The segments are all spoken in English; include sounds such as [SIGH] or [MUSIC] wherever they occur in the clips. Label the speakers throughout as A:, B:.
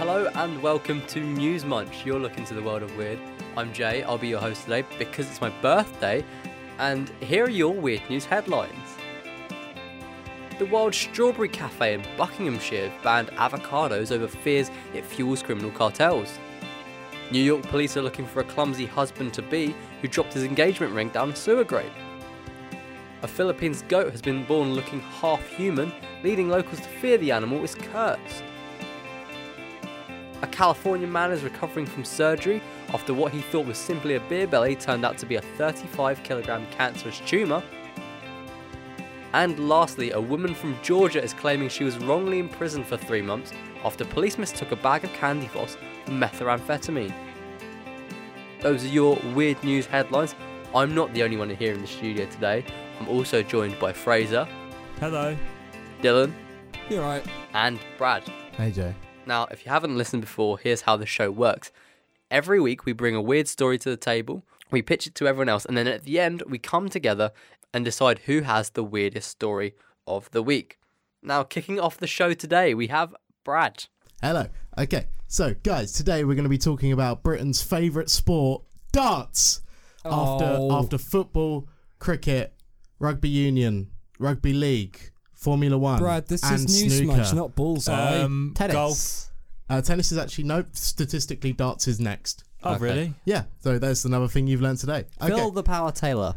A: Hello and welcome to News Munch. You're looking to the world of weird. I'm Jay. I'll be your host today because it's my birthday, and here are your weird news headlines. The Wild Strawberry Cafe in Buckinghamshire banned avocados over fears it fuels criminal cartels. New York police are looking for a clumsy husband to be who dropped his engagement ring down a sewer grate. A Philippines goat has been born looking half human, leading locals to fear the animal is cursed. A California man is recovering from surgery after what he thought was simply a beer belly turned out to be a 35 kilogram cancerous tumor. And lastly, a woman from Georgia is claiming she was wrongly imprisoned for three months after police mistook a bag of candy floss for methamphetamine. Those are your weird news headlines. I'm not the only one here in the studio today. I'm also joined by Fraser,
B: Hello.
A: Dylan,
B: You're right.
A: and Brad.
C: Hey Jay.
A: Now, if you haven't listened before, here's how the show works. Every week, we bring a weird story to the table, we pitch it to everyone else, and then at the end, we come together and decide who has the weirdest story of the week. Now, kicking off the show today, we have Brad.
C: Hello. Okay, so guys, today we're going to be talking about Britain's favourite sport, darts. After after football, cricket, rugby union, rugby league, Formula One,
D: Brad, this
C: and
D: is news
C: snooker.
D: smudge, not bullseye.
B: Um,
C: tennis.
B: Golf.
C: Uh, tennis is actually nope. Statistically, darts is next.
B: Oh, really?
C: Yeah, so there's another thing you've learned today. Okay,
A: the Power Taylor.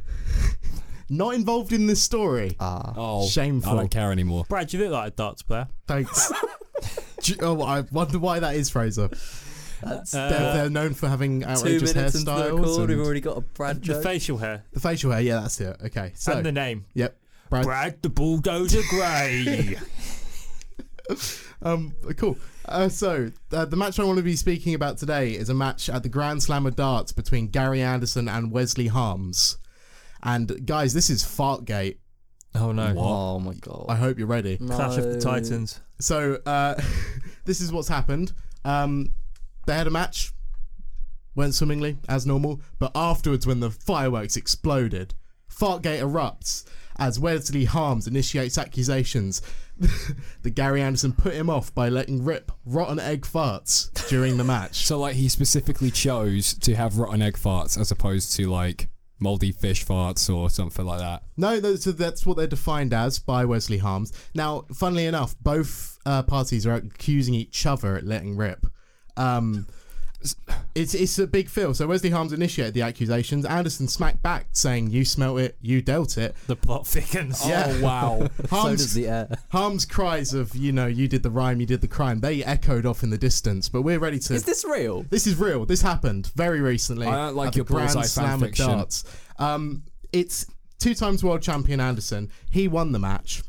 C: [LAUGHS] not involved in this story.
D: oh,
C: shameful.
D: I don't care anymore.
B: Brad, you look like a darts player.
C: Thanks. Do you- oh, I wonder why that is, Fraser. That's, they're, they're known for having
A: Uh, Two
C: outrageous
A: minutes into the
C: hairstyles.
A: record,
C: and-
A: we've already got a Brad
B: The
A: joke.
B: facial hair
C: The facial hair, yeah, that's it. Okay, so
B: and the name.
C: yep, Brad.
B: Brad the Bulldozer Grey.
C: [LAUGHS] Um, cool. Uh, so uh, the match I want to be speaking about today is a match at the Grand Slam of Darts between Gary Anderson and Wesley Harms. And guys, this is Fartgate.
B: oh no.
A: Oh my god.
C: I hope you're ready.
B: Clash of the
A: No.
B: Titans.
C: So uh, [LAUGHS] this is what's happened. Um, they had a match, went swimmingly as normal, but afterwards, when the fireworks exploded, Fartgate erupts as Wesley Harms initiates accusations [LAUGHS] that Gary Anderson put him off by letting rip rotten egg farts during the match.
D: So, like, he specifically chose to have rotten egg farts as opposed to, like, moldy fish farts or something like that.
C: No, those are, that's what they're defined as by Wesley Harms. Now, funnily enough, both uh, parties are accusing each other at letting rip. Um, it's it's a big feel. So Wesley Harms initiated the accusations. Anderson smacked back, saying, "You smelt it, you dealt it."
B: The plot thickens.
C: Yeah.
D: Oh, wow.
C: [LAUGHS] Harms,
A: air.
C: Harms' cries of, "You know, you did the rhyme, you did the crime." They echoed off in the distance. But we're ready to.
A: Is this real?
C: This is real. This happened very recently.
D: I don't like
C: at the
D: your
C: Grand
D: bullseye
C: Slam of
D: fanfiction.
C: Darts. Um, it's two times world champion Anderson. He won the match.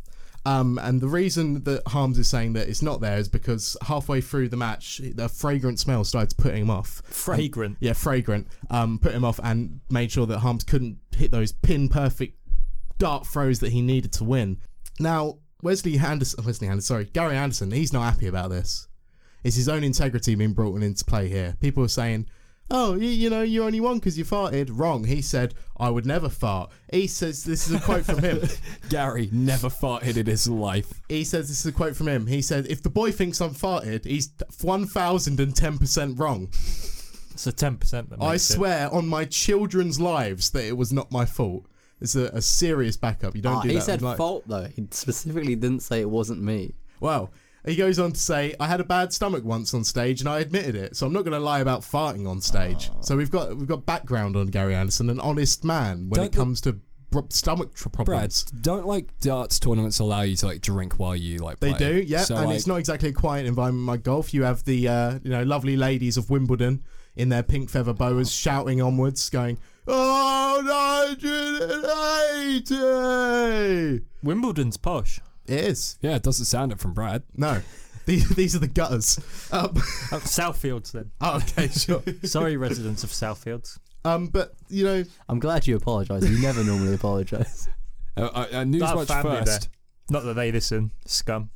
C: Um, and the reason that Harms is saying that it's not there is because halfway through the match, the fragrant smell started putting him off.
B: Fragrant.
C: Yeah, fragrant. Um, put him off and made sure that Harms couldn't hit those pin perfect dart throws that he needed to win. Now, Wesley Anderson, Wesley Anderson, sorry, Gary Anderson, he's not happy about this. It's his own integrity being brought into play here. People are saying, oh, you, you know, you only won because you farted. Wrong. He said, I would never fart. He says, this is a quote from him.
D: [LAUGHS] Gary never farted in his life.
C: He says, this is a quote from him. He said, if the boy thinks I'm farted, he's 1010% wrong.
B: It's a ten percent that makes
C: I
B: it.
C: swear on my children's lives that it was not my fault. It's a, a serious backup. You don't
A: Ah,
C: do
A: he
C: that.
A: said
C: with, like-
A: fault though. He specifically didn't say it wasn't me.
C: Well, he goes on to say, I had a bad stomach once on stage and I admitted it, so I'm not going to lie about farting on stage.
A: Ah.
C: So we've got we've got background on Gary Anderson, an honest man when
D: Don't
C: it
D: the-
C: comes to bro- stomach tr-
D: Brad,
C: problems.
D: don't, like, darts tournaments allow you to, like, drink while you, like,
C: They
D: play?
C: do, yeah,
D: So,
C: and
D: like,
C: it's not exactly a quiet environment like golf. You have the uh, you know lovely ladies of Wimbledon in their pink feather boas shouting onwards, going, "Oh, 1980!"
B: Wimbledon's posh.
C: It is
D: Yeah, it doesn't sound it from Brad.
B: [LAUGHS]
C: no. These, these are the gutters. Um, Oh,
B: Oh, Southfields
C: [LAUGHS]
B: then.
C: okay, sure.
B: [LAUGHS] Sorry, residents of Southfields.
C: Um, but you know,
A: I'm glad you apologised. You never
C: [LAUGHS]
A: normally apologise.
D: Uh, uh, uh, news
B: That
D: watch
B: family
D: first.
B: there. Not that they listen. Scum.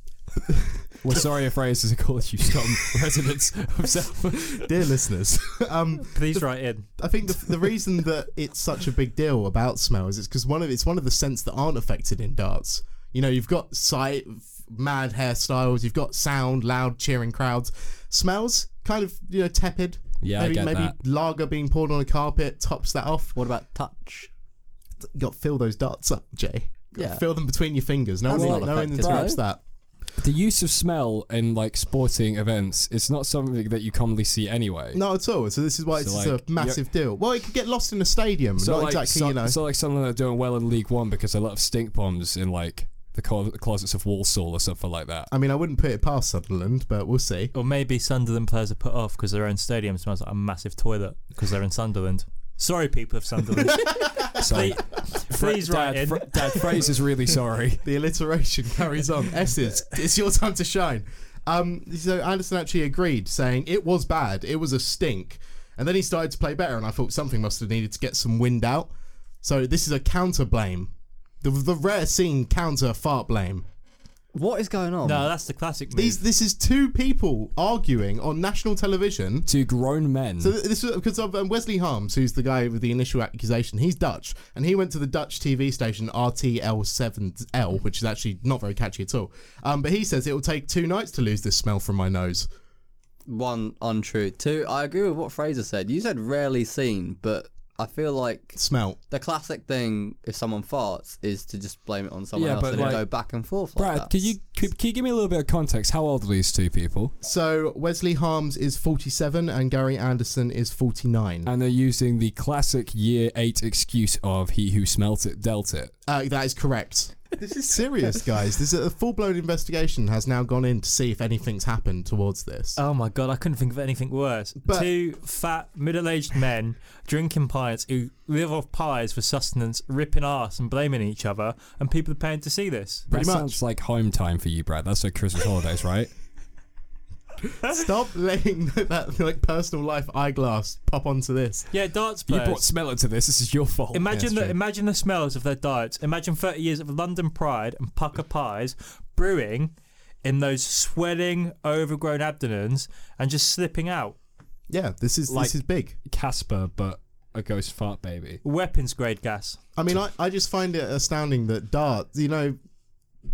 D: [LAUGHS] We're sorry if racism caused you some
C: [LAUGHS]
D: residents of South.
C: Dear listeners, [LAUGHS] um,
B: Please write in.
C: I think the, the reason
D: [LAUGHS]
C: that it's such a big deal about smell is it's because one of it's one of the scents that aren't affected in darts. You know, you've got sight, f- mad hairstyles, you've got sound, loud cheering crowds. Smells kind of you know tepid.
D: Yeah, I
C: maybe,
D: get
C: maybe
D: that.
C: lager being poured on a carpet tops that off.
E: What about touch?
C: You got to fill those darts up, Jay. Yeah,
E: Yeah.
C: feel them between your fingers. No
E: That's
C: one,
E: not
C: no one
E: affected,
C: interrupts that.
D: The use of smell in like sporting events, it's not something that you commonly see anyway.
C: No, at all. So this is why
D: So,
C: it's
D: like,
C: a massive deal. Well, it could get lost in a stadium.
D: So
C: not
D: like,
C: exactly,
D: so,
C: you know.
D: so like something they're doing well in League One because a lot of stink bombs in like the clo- closets of Walsall or something like that.
C: I mean, I wouldn't put it past Sunderland, but we'll see.
B: Or maybe Sunderland players are put off because their own stadium smells like a massive toilet because they're in Sunderland. Sorry, people of
C: [LAUGHS]
B: Sunderland.
D: So,
B: Please write
D: Dad,
B: in.
D: Fra- [LAUGHS] Dad Fraser's really sorry.
C: The alliteration
D: [LAUGHS]
C: carries on. S's, it's your time to shine. Um, so Anderson actually agreed, saying it was bad, it was a stink, and then he started to play better, and I thought something must have needed to get some wind out. So this is a counter blame, the, the rare scene counter fart blame.
E: What is going on?
B: No, that's the classic move.
C: These this is two people arguing on national television.
D: Two grown men.
C: So th- this was because of um, Wesley Harms, who's the guy with the initial accusation. He's Dutch, and he went to the Dutch TV station RTL7L, which is actually not very catchy at all. Um, but he says it will take two nights to lose this smell from my nose.
E: One untrue. Two, I agree with what Fraser said. You said rarely seen, but I feel like
C: Smell.
E: the classic thing if someone farts is to just blame it on someone
D: Yeah,
E: else
D: but
E: and
D: like-
E: go back and forth like
D: Brad,
E: that.
D: could you could, could you give me a little bit of context? How old are these two people?
C: So Wesley Harms is 47, and Gary Anderson is 49.
D: And they're using the classic year eight excuse of he who smelt it dealt it.
C: Uh, that is correct. This is serious, guys. This is a full-blown investigation has now gone in to see if anything's happened
B: [LAUGHS]
C: towards this.
B: Oh my god, I couldn't think of anything worse.
C: But-
B: Two fat middle-aged men [LAUGHS] drinking pints who live off pies for sustenance, ripping arse and blaming each other, and people are paying to see this.
C: Pretty
D: that
C: much.
D: sounds like home time for you, Brad. That's like Christmas holidays, right?
C: [LAUGHS] Stop letting [LAUGHS] that like personal life eyeglass pop onto this.
B: Yeah, darts
D: you
B: players.
D: brought smell into this. This is your fault.
B: imagine
C: Yeah,
B: the
C: it's true.
B: imagine the smells of their diets. Imagine 30 years of London pride and pucker pies brewing in those sweating, overgrown abdomens and just slipping out.
C: Yeah, this is
D: Like-
C: this is big.
D: Casper, but a ghost fart baby.
B: Weapons grade gas.
C: I mean, I, I just find it astounding that Dart, you know,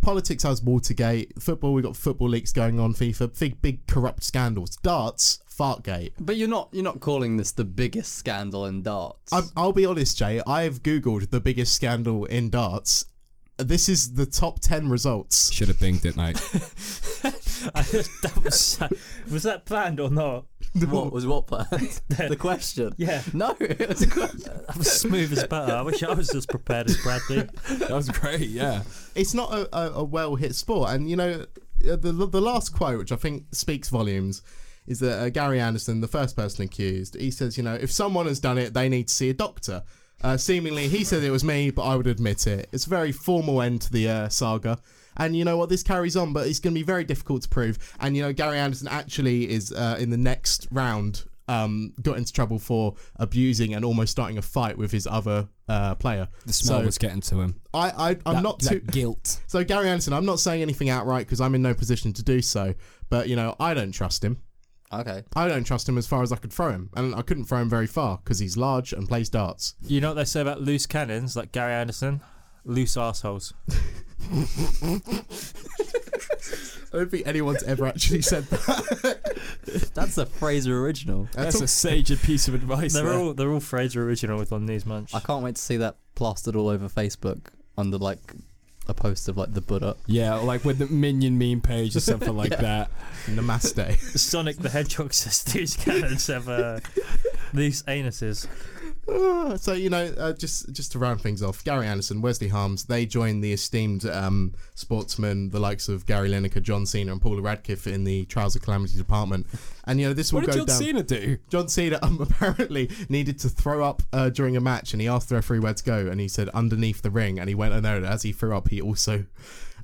C: politics has Watergate, football, we've got football leaks going on, FIFA, big, big corrupt scandals. Darts, Fartgate.
E: But you're not you're not calling this the biggest scandal in darts.
C: I'm, I'll be honest, Jay, I've Googled the biggest scandal in darts. This is the top 10 results.
D: Should have binged it, mate.
E: [LAUGHS]
B: I just, that was, was that planned or not?
E: what was what planned? the question.
B: Yeah.
E: No, it was a question.
B: [LAUGHS] That was smooth as butter. I wish I was as prepared as Bradley.
D: that was great. Yeah.
C: It's not a, a, a well hit sport. And, you know, uh, the, the last quote, which I think speaks volumes, is that uh, Gary Anderson, the first person accused, he says, you know, if someone has done it, they need to see a doctor. Uh, seemingly, he said it was me, but I would admit it. It's a very formal end to the uh, saga. And you know what? This carries on, but it's going to be very difficult to prove. And you know, Gary Anderson actually is uh, in the next round. Um, got into trouble for abusing and almost starting a fight with his other uh, player.
D: The smell
C: so
D: was getting to him.
C: I, I, I'm
D: That-
C: not
D: that
C: too.
D: guilt.
C: [LAUGHS] So Gary Anderson, I'm not saying anything outright because I'm in no position to do so. But you know, I don't trust him.
E: Okay.
C: I don't trust him as far as I could throw him, and I couldn't throw him very far because he's large and plays darts.
B: You know what they say about loose cannons, like Gary Anderson? Loose assholes.
C: I don't think anyone's ever actually said that.
E: That's a Fraser
D: [LAUGHS]
E: original.
D: That's a sage piece of advice.
B: They're
D: there.
B: all they're all Fraser original with on these munch.
E: I can't wait to see that plastered all over Facebook under like a post of like the Buddha.
D: Yeah, like with the minion meme page or something
E: [LAUGHS]
D: like that.
C: Namaste.
B: Sonic the Hedgehog says loose cannons have uh, loose anuses.
C: Ah, so you know, uh, just just to round things off, Gary Anderson, Wesley Harms, they joined the esteemed um, sportsmen, the likes of Gary Lineker, John Cena, and Paula Radcliffe in the Trouser Calamity department. And you know, this will
D: What did
C: go
D: John
C: down.
D: Cena do?
C: John Cena um, [LAUGHS] apparently needed to throw up uh, during a match, and he asked the referee where to go, and he said underneath the ring, and he went and as he threw up, he also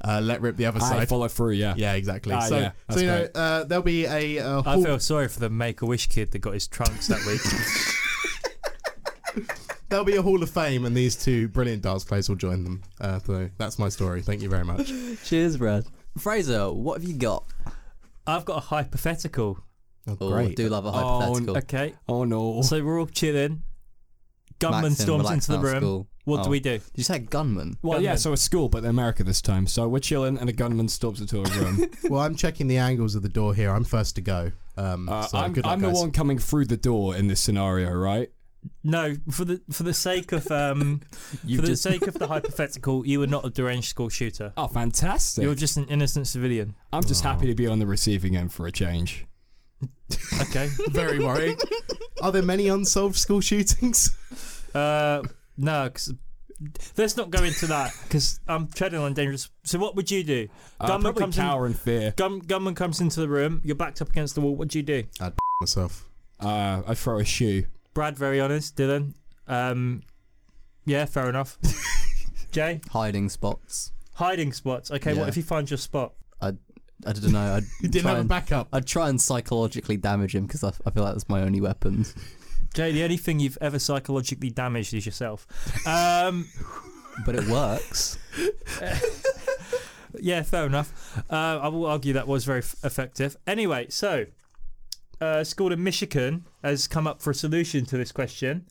C: uh, let rip the other
D: I
C: side.
D: follow through. Yeah.
C: yeah, exactly.
D: Ah,
C: so,
D: yeah,
C: so
D: that's
C: you know,
D: great.
C: uh, there'll be a. Uh,
B: I
C: hall-
B: feel sorry for the Make a Wish kid that got his trunks that week.
C: There'll be a Hall of
A: [LAUGHS]
C: Fame, and these two brilliant darts players will join them. Uh, so that's my story. Thank you very much.
E: Cheers, Brad.
A: Fraser, what have you got?
B: I've got a hypothetical.
C: Oh,
A: Oh,
C: great.
A: do love a
D: Oh,
A: hypothetical.
B: Okay,
D: Oh no.
B: so we're all chilling. Gunman
A: Maxim,
B: storms
A: relax
B: into the
A: now,
B: room.
A: school.
B: What
A: Oh.
B: do we do?
A: Did you say gunman?
D: Well, yeah,
B: gunman.
D: so it's school, but in America this time. So we're chilling, and a gunman stops into a room.
C: [LAUGHS] Well, I'm checking the angles of the door here. I'm first to go. Um,
D: Uh,
C: so
D: I'm,
C: good luck,
D: I'm the
C: guys.
D: one coming through the door in this scenario, right?
B: No, for the for the sake of
A: [LAUGHS]
B: um for
A: You've
B: the
A: just-
B: sake of the hypothetical, you were not a deranged school shooter.
D: Oh, fantastic!
B: You're just an innocent civilian.
D: I'm just happy to be on the receiving end for a [LAUGHS] change.
B: Okay.
C: [LAUGHS] Very worried. Are there many unsolved school shootings?
B: uh, no, 'cause- let's not go into that because I'm treading on dangerous. So what would you do?
D: Uh,
B: Gunman
D: probably
B: comes in-
D: cower in fear.
B: Gun, gunman comes into the room. You're backed up against the wall. What do you do?
C: [LAUGHS] Myself.
D: Uh, I throw a shoe.
B: Brad, very honest. Dylan, um, yeah, fair
C: [LAUGHS]
B: enough. Jay,
A: Hiding spots.
B: hiding spots. Okay,
A: Yeah.
B: what if he finds your spot?
A: I don't know.
C: [LAUGHS]
A: I'd
C: You didn't
A: try
C: have a
A: and,
C: backup.
A: I'd try and psychologically damage him because I, I feel like that's my only weapons.
B: Jay, the only thing you've ever psychologically damaged is yourself. Um,
A: [LAUGHS] But it works.
B: [LAUGHS] yeah, fair enough. Uh, I will argue that was very f- effective. Anyway, so uh, school in Michigan has come up for a solution to this question.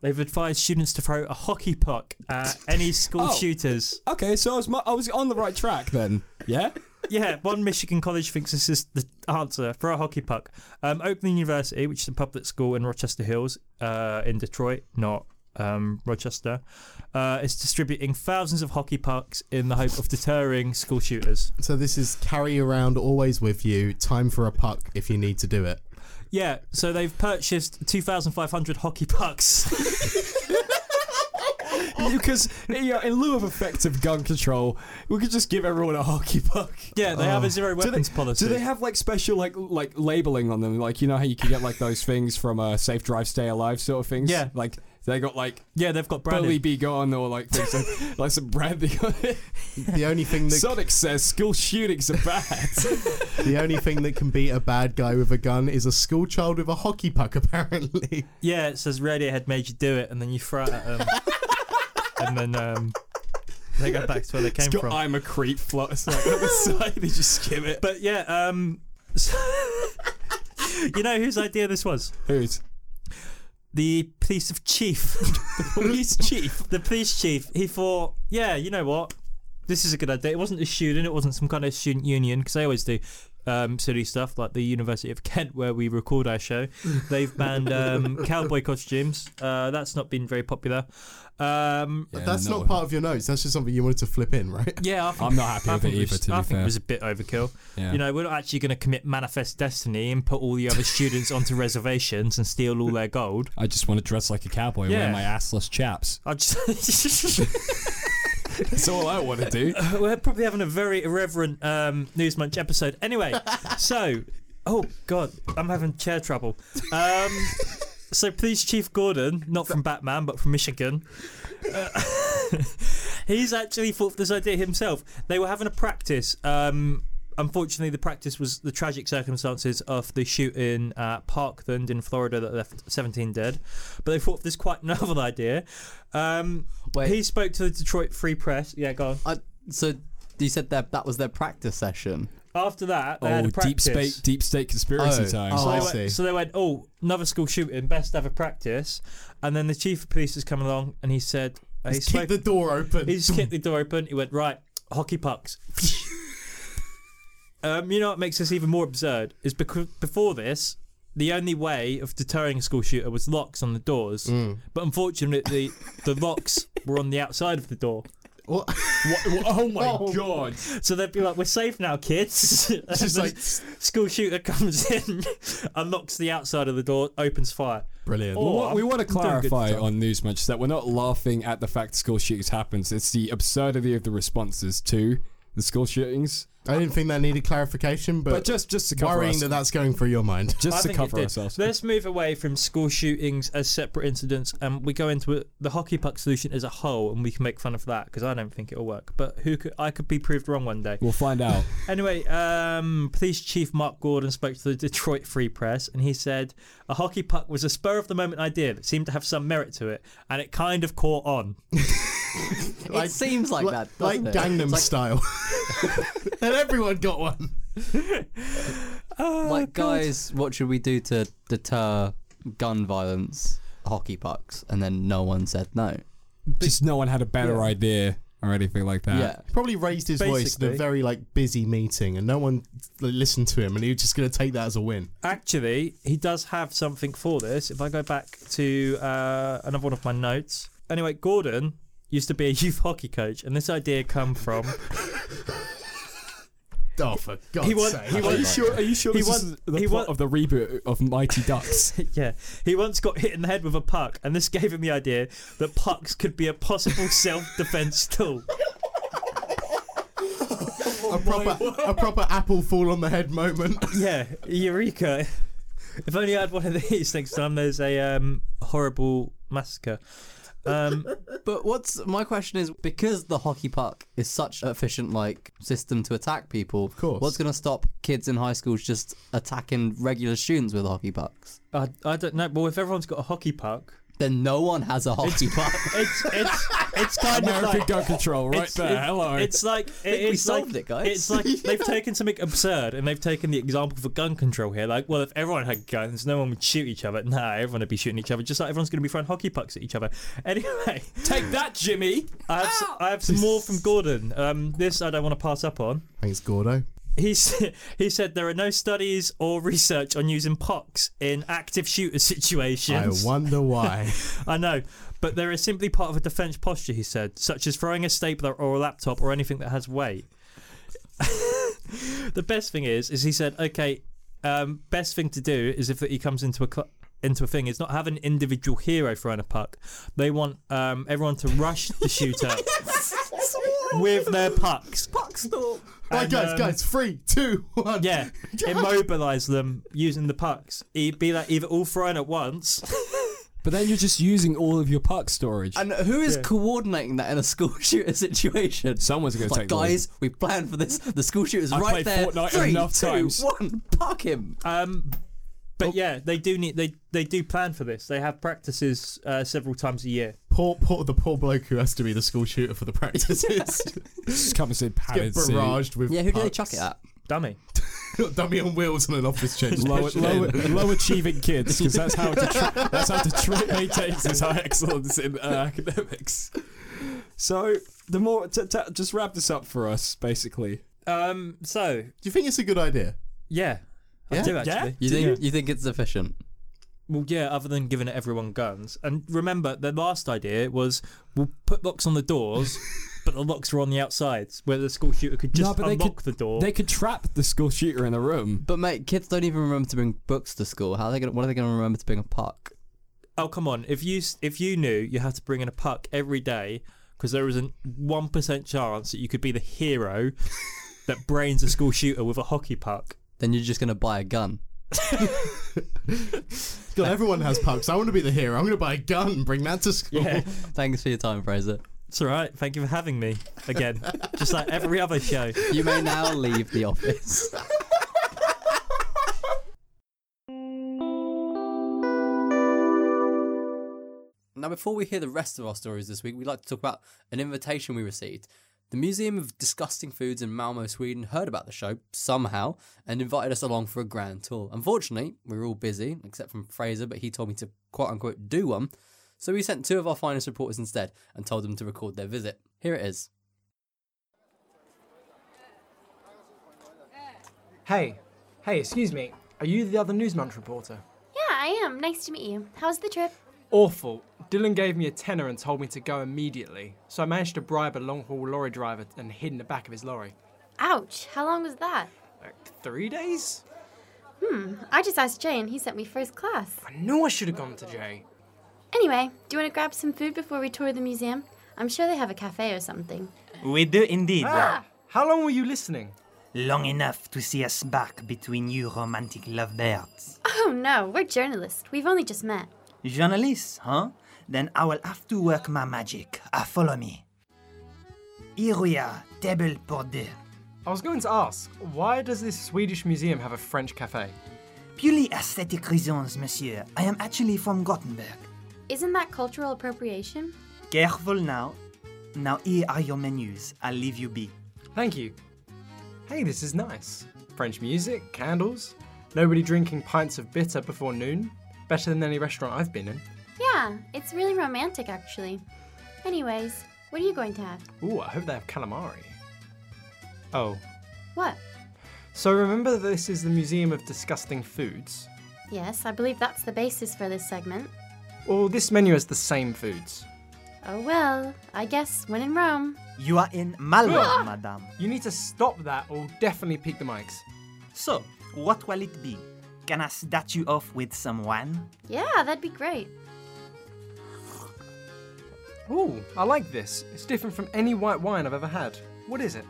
B: They've advised students to throw a hockey puck at any
A: [LAUGHS]
B: school
D: Oh.
B: shooters.
D: Okay, so I was mu- I was on the right track then. Yeah.
B: Yeah, one Michigan college thinks this is the answer for a hockey puck. Um, Oakland University, which is a public school in Rochester Hills, uh, in Detroit, not um, Rochester, uh, is distributing thousands of hockey pucks in the hope of deterring school shooters.
C: So this is carry around always with you. Time for a puck if you need to do it.
B: Yeah, so they've purchased 2,500 hockey [LAUGHS] pucks.
D: Because you know, in lieu of effective gun control, we could just give everyone a hockey puck.
B: Yeah, they have a zero
D: Do they-
B: weapons policy.
D: Do they have like special like like labeling on them? Like you know how you can get like those things from a uh, safe drive, stay alive sort of things.
B: Yeah.
D: Like they got like
B: yeah, they've got
D: Billy
B: branding.
D: be gone or like things
B: [LAUGHS]
D: like, like some branding on it.
C: The only
D: [LAUGHS]
C: thing that
D: Sonic says school shootings are bad.
B: [LAUGHS]
C: the only thing that can beat a bad guy with a gun is a school child with a hockey puck. [LAUGHS] Apparently,
B: Yeah, it says Radiohead made you do it, and then you throw it at
D: [LAUGHS]
B: them. and then um, they go back to where they came
D: It's got
B: from.
D: I'm a creep floats like
B: [LAUGHS]
D: on the side. They just skim it.
B: But yeah, um, [LAUGHS] you know whose idea this was?
D: Who's
B: The police of
C: [LAUGHS]
B: chief,
D: the police chief?
B: the police chief. He thought, yeah, you know what? This is a good idea. It wasn't a student. It wasn't some kind of student union because they always do um, silly stuff like the University of Kent where we record our show. They've banned
C: [LAUGHS]
B: um, cowboy costumes. Uh, that's not been very popular. Um,
C: that's not part of your notes. That's just something you wanted to flip in, right?
B: [LAUGHS] yeah, I think,
D: I'm not happy
B: I
D: with it
B: think, it,
D: either.
B: was,
D: To be
B: I think
D: fair,
B: it was a bit overkill.
D: yeah.
B: You know, we're not actually going to commit manifest destiny and put all the other
D: [LAUGHS]
B: students onto reservations and steal all their gold.
D: I just want to dress like a cowboy, and
B: Yeah.
D: wear my assless chaps.
B: I
D: [LAUGHS]
B: just
D: That's all I want to do.
B: Uh, we're probably having a very irreverent um, news munch episode.
D: [LAUGHS]
B: Anyway, so oh god, I'm having chair trouble. Um,
D: [LAUGHS]
B: so police chief Gordon, not from Batman but from Michigan. uh, [LAUGHS] He's actually thought of this idea himself. They were having a practice. Um, unfortunately, the practice was the tragic circumstances of the shooting at Parkland in Florida that left 17 dead. But they thought of this quite [LAUGHS] novel idea. Um,
A: Wait.
B: He spoke to the Detroit Free Press. Yeah, go on.
A: I, so you said that that was their practice session.
B: After that, they had
D: Oh,
B: a
D: deep
B: practice.
D: state, deep state conspiracy
C: Oh,
D: time.
A: oh.
B: So, they
C: I see.
B: went, so they went, oh, another school shooting, best ever practice. And then the chief of police has come along and he said, uh, he
C: Just keep
B: spoke,
C: the door open.
B: he just kicked the door open. He went, right, hockey pucks. [LAUGHS] um, you know what makes this even more absurd is because before this, the only way of deterring a school shooter was locks on the doors.
C: Mm.
B: But unfortunately, the locks were on the outside of the door.
C: What?
D: What- what- oh my god!
B: So they'd be like, we're safe now,
D: [LAUGHS]
B: kids. And
C: Just
B: the
C: like-
B: school shooter [LAUGHS] comes in, unlocks the outside of the door, opens fire.
C: Brilliant.
B: Oh.
D: What we want to
B: I'm doing good
D: clarify
B: stuff.
D: on Newsmatch is that we're not laughing at the fact school shootings happens. It's the absurdity of the responses to the school shootings.
C: I didn't think that needed clarification,
D: But
C: but,
D: just just to cover
C: worrying
D: us,
C: that that's going through your mind.
D: just
B: I
D: to
B: think it
D: cover
B: did.
C: [LAUGHS]
D: ourselves.
B: Let's move away from school shootings as separate incidents, and we go into it- the hockey puck solution as a whole, and we can make fun of that because I don't think it'll work. But who could? I could be proved wrong one day.
D: We'll find out.
B: Anyway, um, police chief Mark Gordon spoke to the Detroit Free Press, and he said a
D: [LAUGHS]
B: hockey puck was a spur of the moment idea that seemed to have some merit to it, and it kind of caught on.
A: it seems like,
C: Like,
A: that,
C: like
A: doesn't it?
C: Gangnam
A: [LAUGHS]
C: Style. [LAUGHS]
D: [LAUGHS]
C: and everyone got one.
B: [LAUGHS] Oh,
A: like guys, what should we do to deter gun violence? Hockey pucks, and then no one said no.
D: Just no one had a better idea or anything like that.
A: yeah,
C: Probably raised his voice in a
B: Basically.
C: very like busy meeting, and no one like, listened to him, and he was just gonna take that as a win.
B: Actually, he does have something for this. If I go back to uh, another one of my notes. Anyway, Gordon used to be a youth hockey coach, and this idea come
D: [LAUGHS]
B: from
C: Oh, for [LAUGHS] God's
B: He won-
C: sake!
B: he won-
D: Are you sure? Are you sure
B: He
D: this
B: won-
D: is the
B: he
D: plot
B: won-
D: of the reboot of
B: [LAUGHS]
D: Mighty Ducks?
B: yeah. He once got hit in the head with a puck, and this gave him the idea that pucks could be a
A: [LAUGHS]
B: possible self-defense tool. Oh,
C: a proper, a proper apple fall on the head moment.
B: [LAUGHS] Yeah, Eureka. If only I had one of these next time there's a um, horrible massacre. Um,
A: But what's my question is because the hockey puck is such an efficient like system to attack people. Of
C: course.
A: What's gonna stop kids in high schools just attacking regular students with hockey pucks?
B: I, I don't know. Well, if everyone's got a hockey puck,
A: Then no one has a hockey puck.
B: [LAUGHS] it's it's it's kind of
D: American
B: like.
D: gun control, right
B: it's,
D: there.
B: it-
D: Hello.
B: It's like
A: think we
B: it's like
A: solved it, guys.
B: it's like
A: [LAUGHS]
B: they've taken something absurd and they've taken the example for gun control here. Like, well, if everyone had guns, no one would shoot each other. Nah, everyone would be shooting each other. Just like everyone's going to be throwing hockey pucks at each other. [LAUGHS] Anyway,
D: Take that, Jimmy.
B: I have s- I have some more from Gordon. Um, this I don't want to pass up on.
C: Thanks, Gordo.
B: He s- [LAUGHS] he said there are no studies or research on using pox in active shooter
C: I
B: situations. [LAUGHS]
C: wonder why.
B: I know, but they're simply part of a defense posture. He said, such as throwing a stapler or a laptop or anything that has weight. the best thing is, is he said, okay, um, best thing to do is if he comes into a cl- into a thing is not have an individual hero throwing a puck. They want um, everyone to rush the
A: [LAUGHS]
B: shooter with their pucks.
C: Right,
B: And,
C: guys,
B: um,
C: guys, three, two,
A: [LAUGHS]
C: one.
B: Yeah, immobilize them using the pucks. E- Be like either all thrown at
A: [LAUGHS]
B: once.
D: But then you're just using all of your puck storage.
A: And who is
B: Yeah.
A: coordinating that in a [LAUGHS] school shooter situation?
D: Someone's going to
A: Like,
D: take the lead.
A: guys, we planned for this. The school shooter's
D: I've
A: right
D: played
A: there.
D: Fortnite
A: Three,
D: enough
A: two,
D: times.
A: one, puck him. Oh.
B: Um, but yeah, they do need they they do plan for this. They have practices uh, several times a year.
C: Poor, poor, the poor bloke who has to be the school shooter for the practices.
D: [LAUGHS] Just comes in
C: Get
D: padded suit.
C: barraged with.
A: Yeah, who do they
C: pucks.
A: chuck it
C: [LAUGHS]
A: at? [LAUGHS]
B: Dummy.
C: Got dummy on wheels and an office change.
D: Low,
C: Push it
D: low, [LAUGHS]
C: in.
D: low achieving kids, because that's how
A: [LAUGHS]
D: Detroit, that's how Detroit maintains its high excellence in uh, academics. So the more t- t- just wrap this up for us, basically.
B: Um. So
C: Do you think it's a good idea?
B: yeah, I
C: Yeah?
B: do actually.
A: You think you think it's efficient?
B: Well, yeah. Other than giving everyone guns, and remember their last idea was we'll put locks on the
C: [LAUGHS]
B: doors, but the locks were on the outsides where the school shooter could just
D: No, but they
B: unlock
D: could-
B: the door.
D: They could trap the school shooter in the room.
A: But mate, kids don't even remember to bring books to school. How are they gonna? What are they gonna remember to bring a puck?
B: oh come on! If you s- if you knew you had to bring in a puck every day because there was a one percent chance that you could be the hero
C: [LAUGHS]
B: that brains a school shooter with a hockey puck.
A: Then you're just gonna buy a gun.
C: [LAUGHS] God, everyone has pucks. I want to be the hero. I'm going to buy a gun and bring that to school.
B: Yeah.
A: [LAUGHS] Thanks for your time, Fraser.
B: It's all right. Thank you for having me again. Just like every other show.
A: You may now leave the [LAUGHS] office.
C: [LAUGHS]
A: Now, before we hear the rest of our stories this week, we'd like to talk about an invitation we received. The Museum of Disgusting Foods in Malmo, Sweden, heard about the show somehow and invited us along for a grand tour. Unfortunately, we were all busy, except from Fraser, but he told me to quote unquote do one. So we sent two of our finest reporters instead and told them to record their visit. Here it is.
F: Hey, hey, excuse me. Are you the other Newsmunch reporter?
G: Yeah, I am. Nice to meet you. How's the trip?
F: Awful. Dylan gave me a tenner and told me to go immediately, so I managed to bribe a long haul lorry driver and hid in the back of his lorry.
G: Ouch, how long was that?
F: Like three days?
G: Hmm. I just asked Jay and he sent me first class.
F: I knew I should have gone to Jay.
G: Anyway, do you want to grab some food before we tour the museum? I'm sure they have a cafe or something.
H: We do indeed.
F: Ah, How long were you listening?
H: Long enough to see us back between you romantic lovebirds.
G: Oh no, we're journalists. We've only just met.
H: Journalists, huh? Then I will have to work my magic. Ah, follow me. Here we are, table pour deux.
F: I was going to ask, why does this Swedish museum have a French cafe?
H: Purely aesthetic reasons, monsieur. I am actually from Gothenburg.
G: Isn't that cultural appropriation?
H: Careful now. Now here are your menus. I'll leave you be.
F: Thank you. Hey, this is nice. French music, candles, nobody drinking pints of bitter before noon. Better than any restaurant I've been in.
G: Yeah, it's really romantic, actually. Anyways, what are you going to have?
F: Ooh, I hope they have calamari. Oh,
G: What?
F: so remember that this is the Museum of Disgusting Foods?
G: Yes, I believe that's the basis for this segment.
F: Or this menu has the same foods?
G: Oh well, I guess when in Rome.
H: You are in Malwa, madame.
F: Ah! You need to stop that or definitely peak the mics.
H: So, what will it be? Can I start you off with some wine?
G: Yeah, that'd be great.
F: Ooh, I like this. It's different from any white wine I've ever had. What is it?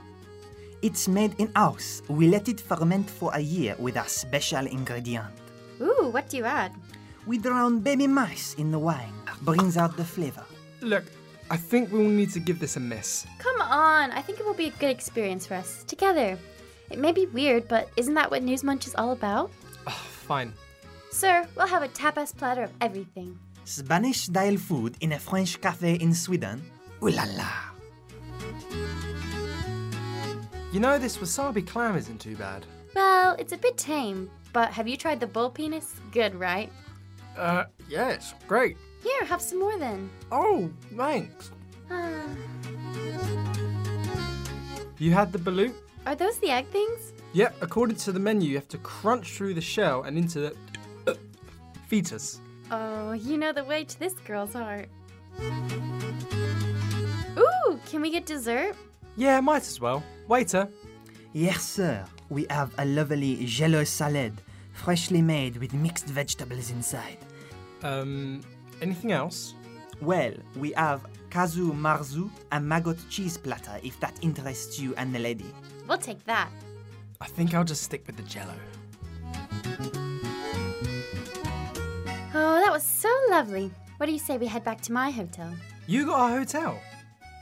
H: It's made in house. We let it ferment for a year with a special ingredient.
G: Ooh, what do you add?
H: We drown baby mice in the wine. Brings out the flavor.
F: Look, I think we will need to give this a miss.
G: Come on, I think it will be a good experience for us together. It may be weird, but isn't that what News Munch is all about?
F: Fine.
G: Sir, we'll have a tapas platter of everything.
H: Spanish style food in a French cafe in Sweden. Ooh la la.
F: You know, this wasabi clam isn't too bad.
G: Well, it's a bit tame, but have you tried the bull penis? Good, right?
F: Uh, yes, great.
G: Here, have some more then.
F: Oh, thanks.
G: Ah,
F: You had the balut?
G: are those the egg things?
F: Yep, according to the menu, you have to crunch through the shell and into the uh, fetus.
G: Oh, you know the way to this girl's heart. Ooh, can we get dessert?
F: Yeah, might as well. Waiter.
H: Yes, sir. We have a lovely jello salad, freshly made with mixed vegetables inside.
F: Um, anything else?
H: Well, we have kazu marzu and maggot cheese platter if that interests you and the lady.
G: We'll take that.
F: I think I'll just stick with the jello.
G: Oh, that was so lovely. What do you say we head back to my hotel?
F: You got a hotel?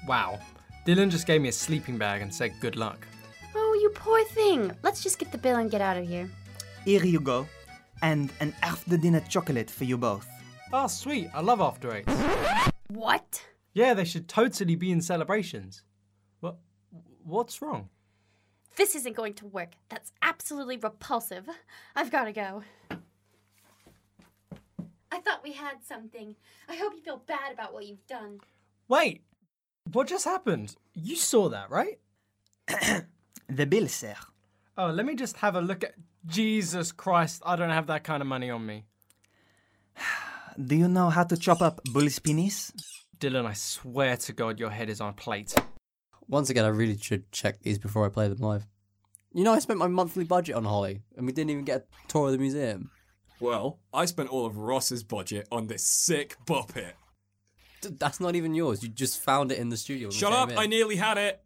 F: Wow. Dylan just gave me a sleeping bag and said good luck.
G: Oh, you poor thing. Let's just get the bill and get out of here.
H: Here you go. And an after dinner chocolate for you both.
F: Oh, sweet. I love After Eight.
G: What?
F: yeah, they should totally be in celebrations. What? What's wrong?
G: This isn't going to work. That's absolutely repulsive. I've got to go. I thought we had something. I hope you feel bad about what you've done.
F: Wait. What just happened? You saw that, right?
H: The bill, sir.
F: Oh, let me just have a look at. Jesus Christ, I don't have that kind of money on me.
H: Do you know how to chop up bull's penis?
F: Dylan, I swear to God, your head is on a plate.
A: Once again, I really should check these before I play them live. You know, I spent my monthly budget on Holly, and we didn't even get a tour of the museum.
D: Well, I spent all of Ross's budget on this sick bop it.
A: D- that's not even yours. You just found it in the studio. when we
D: Shut
A: came
D: up,
A: in.
D: I nearly had it.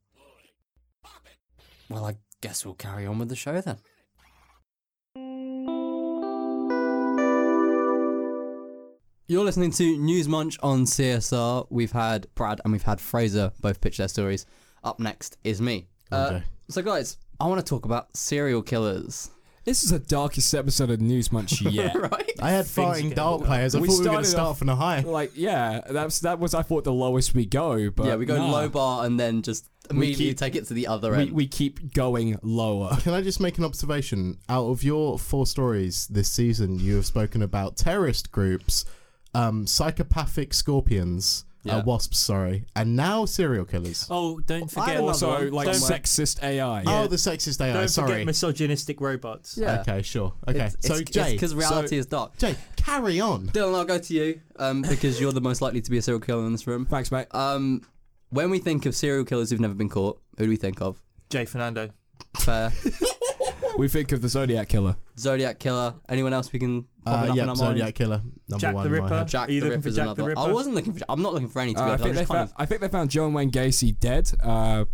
A: Well, I guess we'll carry on with the show then. You're listening to News Munch on CSR. We've had Brad and we've had Fraser both pitch their stories. Up next is me. Uh,
C: Okay.
A: so, guys, I want to talk about serial killers.
D: This is the darkest episode of News
A: [LAUGHS]
D: Munch yet.
A: Right?
C: I had
D: Things
C: farting
D: get
C: dart players. I
D: We
C: thought we were
D: started
C: going to start
D: off-
C: from a high.
D: like, yeah, that's that was I thought the lowest we go, but
A: yeah, we go
D: nah.
A: low bar and then just immediately
D: keep-
A: take it to the other
D: We,
A: end.
D: we keep going lower.
C: Can I just make an observation? Out of your four stories this season, you have spoken about terrorist groups, um, psychopathic scorpions,
A: Yeah.
C: uh, wasps, sorry, and now serial killers. Oh,
B: Oh, don't forget.
D: also,
B: Don't-
D: like
B: don't,
D: sexist AI.
C: the sexist AI.
B: don't
C: sorry.
B: forget misogynistic robots.
A: yeah.
C: Okay, sure. Okay,
A: It's-
C: so
A: it's,
C: Jay,
A: because reality is dark.
C: Jay, carry on.
A: Dylan, I'll go to you um, because you're the most likely to be a serial killer in this room.
D: Thanks, mate.
A: Um, when we think of serial killers who've never been caught, who do we think of?
B: Jay Fernando.
C: [LAUGHS]
A: Fair,
D: we think of the Zodiac killer.
A: Zodiac killer. Anyone else we can?
C: Uh,
A: pop up in
C: yep,
A: our
C: Zodiac
A: Mind?
C: Killer, number
B: Jack
C: one
B: the
C: in my
B: Ripper.
C: head.
A: Jack
B: Are you
A: the
B: looking for
A: Ripper's
B: Jack the
A: another. I
B: Ripper?
A: wasn't looking for. I'm not looking for any to be
D: Uh, I,
A: honest. I'm
D: think they
A: just kind
D: found, I think they found John Wayne Gacy dead. Uh,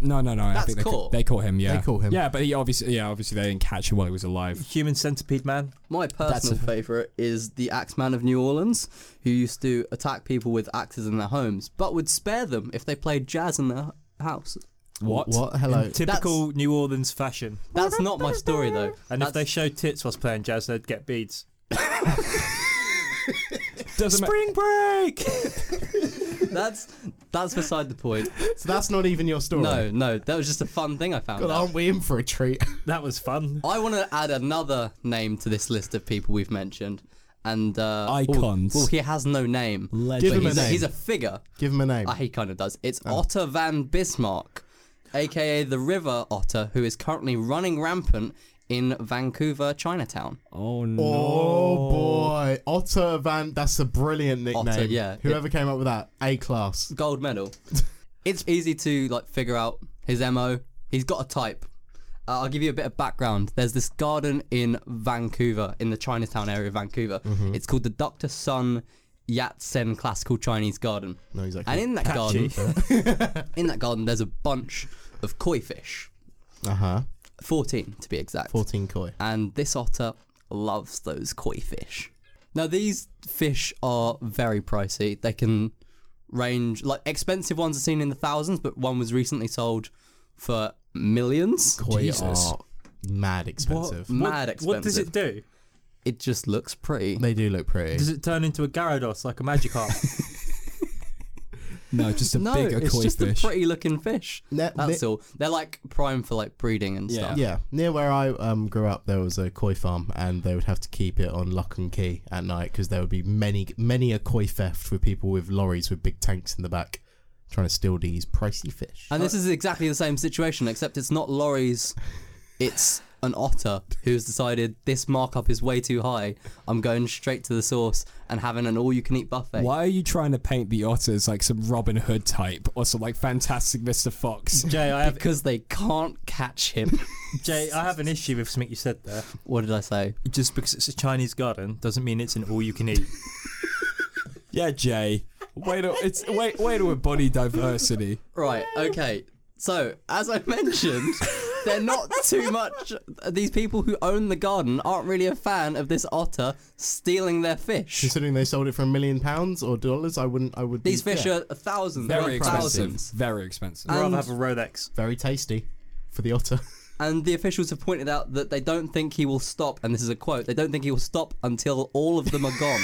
D: no, no, no. I
A: That's
D: think they, ca-
A: caught.
D: they caught him. Yeah,
C: They caught him.
D: Yeah, but he obviously, yeah, obviously they didn't catch him while he was alive.
B: Human centipede man.
A: of, my personal favorite is the Axeman of New Orleans, who used to attack people with axes in their homes, but would spare them if they played jazz in their house.
D: What?
C: What? Hello.
B: Typical New Orleans fashion.
A: That's not my story though.
B: And if they showed tits whilst playing jazz, they'd get beads.
D: Doesn't Spring break!
A: That's that's beside the point.
C: So that's not even your story.
A: No, no, that was just a fun thing I found.
C: God,
A: out.
C: aren't we in for a treat?
B: That was fun.
A: I want to add another name to this list of people we've mentioned, and uh, well-
D: Icons.
A: Well, he has no name.
D: Legend.
C: Give
A: but
C: him a
A: he's,
C: name.
A: he's a figure.
C: Give him a name.
A: Uh, he kind of does. It's
C: Oh.
A: Otter van Bismarck, aka the River Otter, who is currently running rampant in Vancouver Chinatown.
D: Oh no.
C: Oh boy, Otter Van. That's a brilliant nickname.
A: Otter, yeah.
C: Whoever came up with that, A class.
A: Gold
C: [LAUGHS]
A: medal. it's easy to like figure out his mo. He's got a type. Uh, I'll give you a bit of background. There's this garden in Vancouver, in the Chinatown area of Vancouver.
C: Mm-hmm.
A: It's called the Dr. Sun Yat Sen Classical Chinese Garden.
C: No, exactly.
A: And in that garden,
C: [LAUGHS]
A: in that garden, [LAUGHS] there's a bunch of koi fish,
C: Uh huh.
A: 14 to be exact.
C: Fourteen koi.
A: And this otter loves those koi fish. Now, these fish are very pricey. They can range, like, expensive ones are seen in the thousands, but one was recently sold for millions.
C: Koi
D: Jesus.
C: are mad expensive.
A: Mad
B: what, what does
A: expensive.
B: it do?
A: It just looks pretty.
C: They do look pretty.
B: Does it turn into a Gyarados like a Magikarp?
D: [LAUGHS] No, just
A: [LAUGHS]
D: a
A: no,
D: bigger
A: it's
D: koi
A: just
D: fish.
A: a pretty looking fish.
C: Ne-
A: That's
C: ne-
A: all. They're like prime for like breeding and
D: Yeah.
A: stuff.
C: Yeah, near where I um, grew up, there was a koi farm, and they would have to keep it on lock and key at night because there would be many, many a koi theft with people with lorries with big tanks in the back trying to steal these pricey fish.
A: And this is exactly the same situation, except it's not lorries, it's an otter who's decided this markup is way too high. I'm going straight to the source and having an all you can eat buffet.
D: Why are you trying to paint the otter as like some Robin Hood type or some like fantastic Mr. Fox?
B: Jay, I have
A: Because [LAUGHS] they can't catch him.
B: [LAUGHS] Jay, I have an issue with something you said there.
A: what did I say?
B: Just because it's a Chinese garden doesn't mean it's an all you
A: [LAUGHS]
B: can eat.
D: Yeah, Jay. Way to it's way way to embody diversity.
A: Right, okay. So, as I mentioned, they're not too much. These people who own the garden aren't really a fan of this otter stealing their fish.
C: Considering they sold it for a million pounds or dollars, I wouldn't. I would. be-
A: These fish
C: yeah,
A: are thousands,
D: Very expensive.
A: thousands.
D: Very expensive.
B: I'd
A: And-
B: rather have a Rolex.
C: very tasty for the [LAUGHS] otter.
A: And the officials have pointed out that they don't think he will stop, and this is a quote, they don't think he will stop until all of them are gone.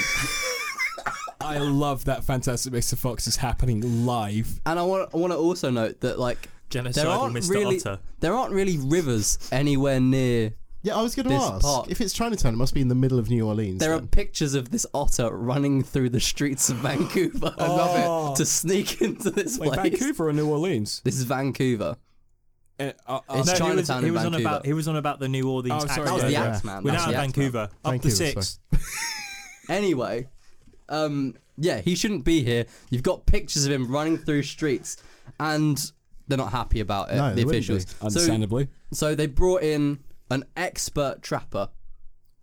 D: I love that Fantastic Mr. Fox is happening live.
A: and I want, I want to also note that, like, there
B: Genocidal
A: aren't,
B: Mr.
A: really,
B: Otter.
A: there aren't really rivers anywhere near.
C: Yeah, I was going to
A: This
C: ask.
A: park-
C: If it's Chinatown, it must be in the middle of New Orleans.
A: There are
C: then.
A: pictures of this otter running through the streets of Vancouver. [LAUGHS] I love it. To sneak [LAUGHS] into this
D: Wait,
A: place.
D: Vancouver or New Orleans?
A: This is Vancouver.
D: Uh, uh, uh,
A: It's
B: he was,
A: Chinatown
B: he
A: in
B: was on
A: Vancouver.
B: about he was on about the New Orleans
D: Oh,
B: act.
D: sorry,
A: that was
D: yeah,
A: the
D: yeah.
A: axe man.
B: We're
A: That was
B: now
A: the
B: in
A: axe man.
B: Vancouver. Up the
C: Vancouver,
B: six.
A: [LAUGHS] Anyway, um, yeah, he shouldn't be here. You've got pictures of him running through streets, and they're not happy about it.
C: No,
A: the
C: they wouldn't
A: officials.
C: be.
A: So,
D: understandably.
A: so they brought in an expert trapper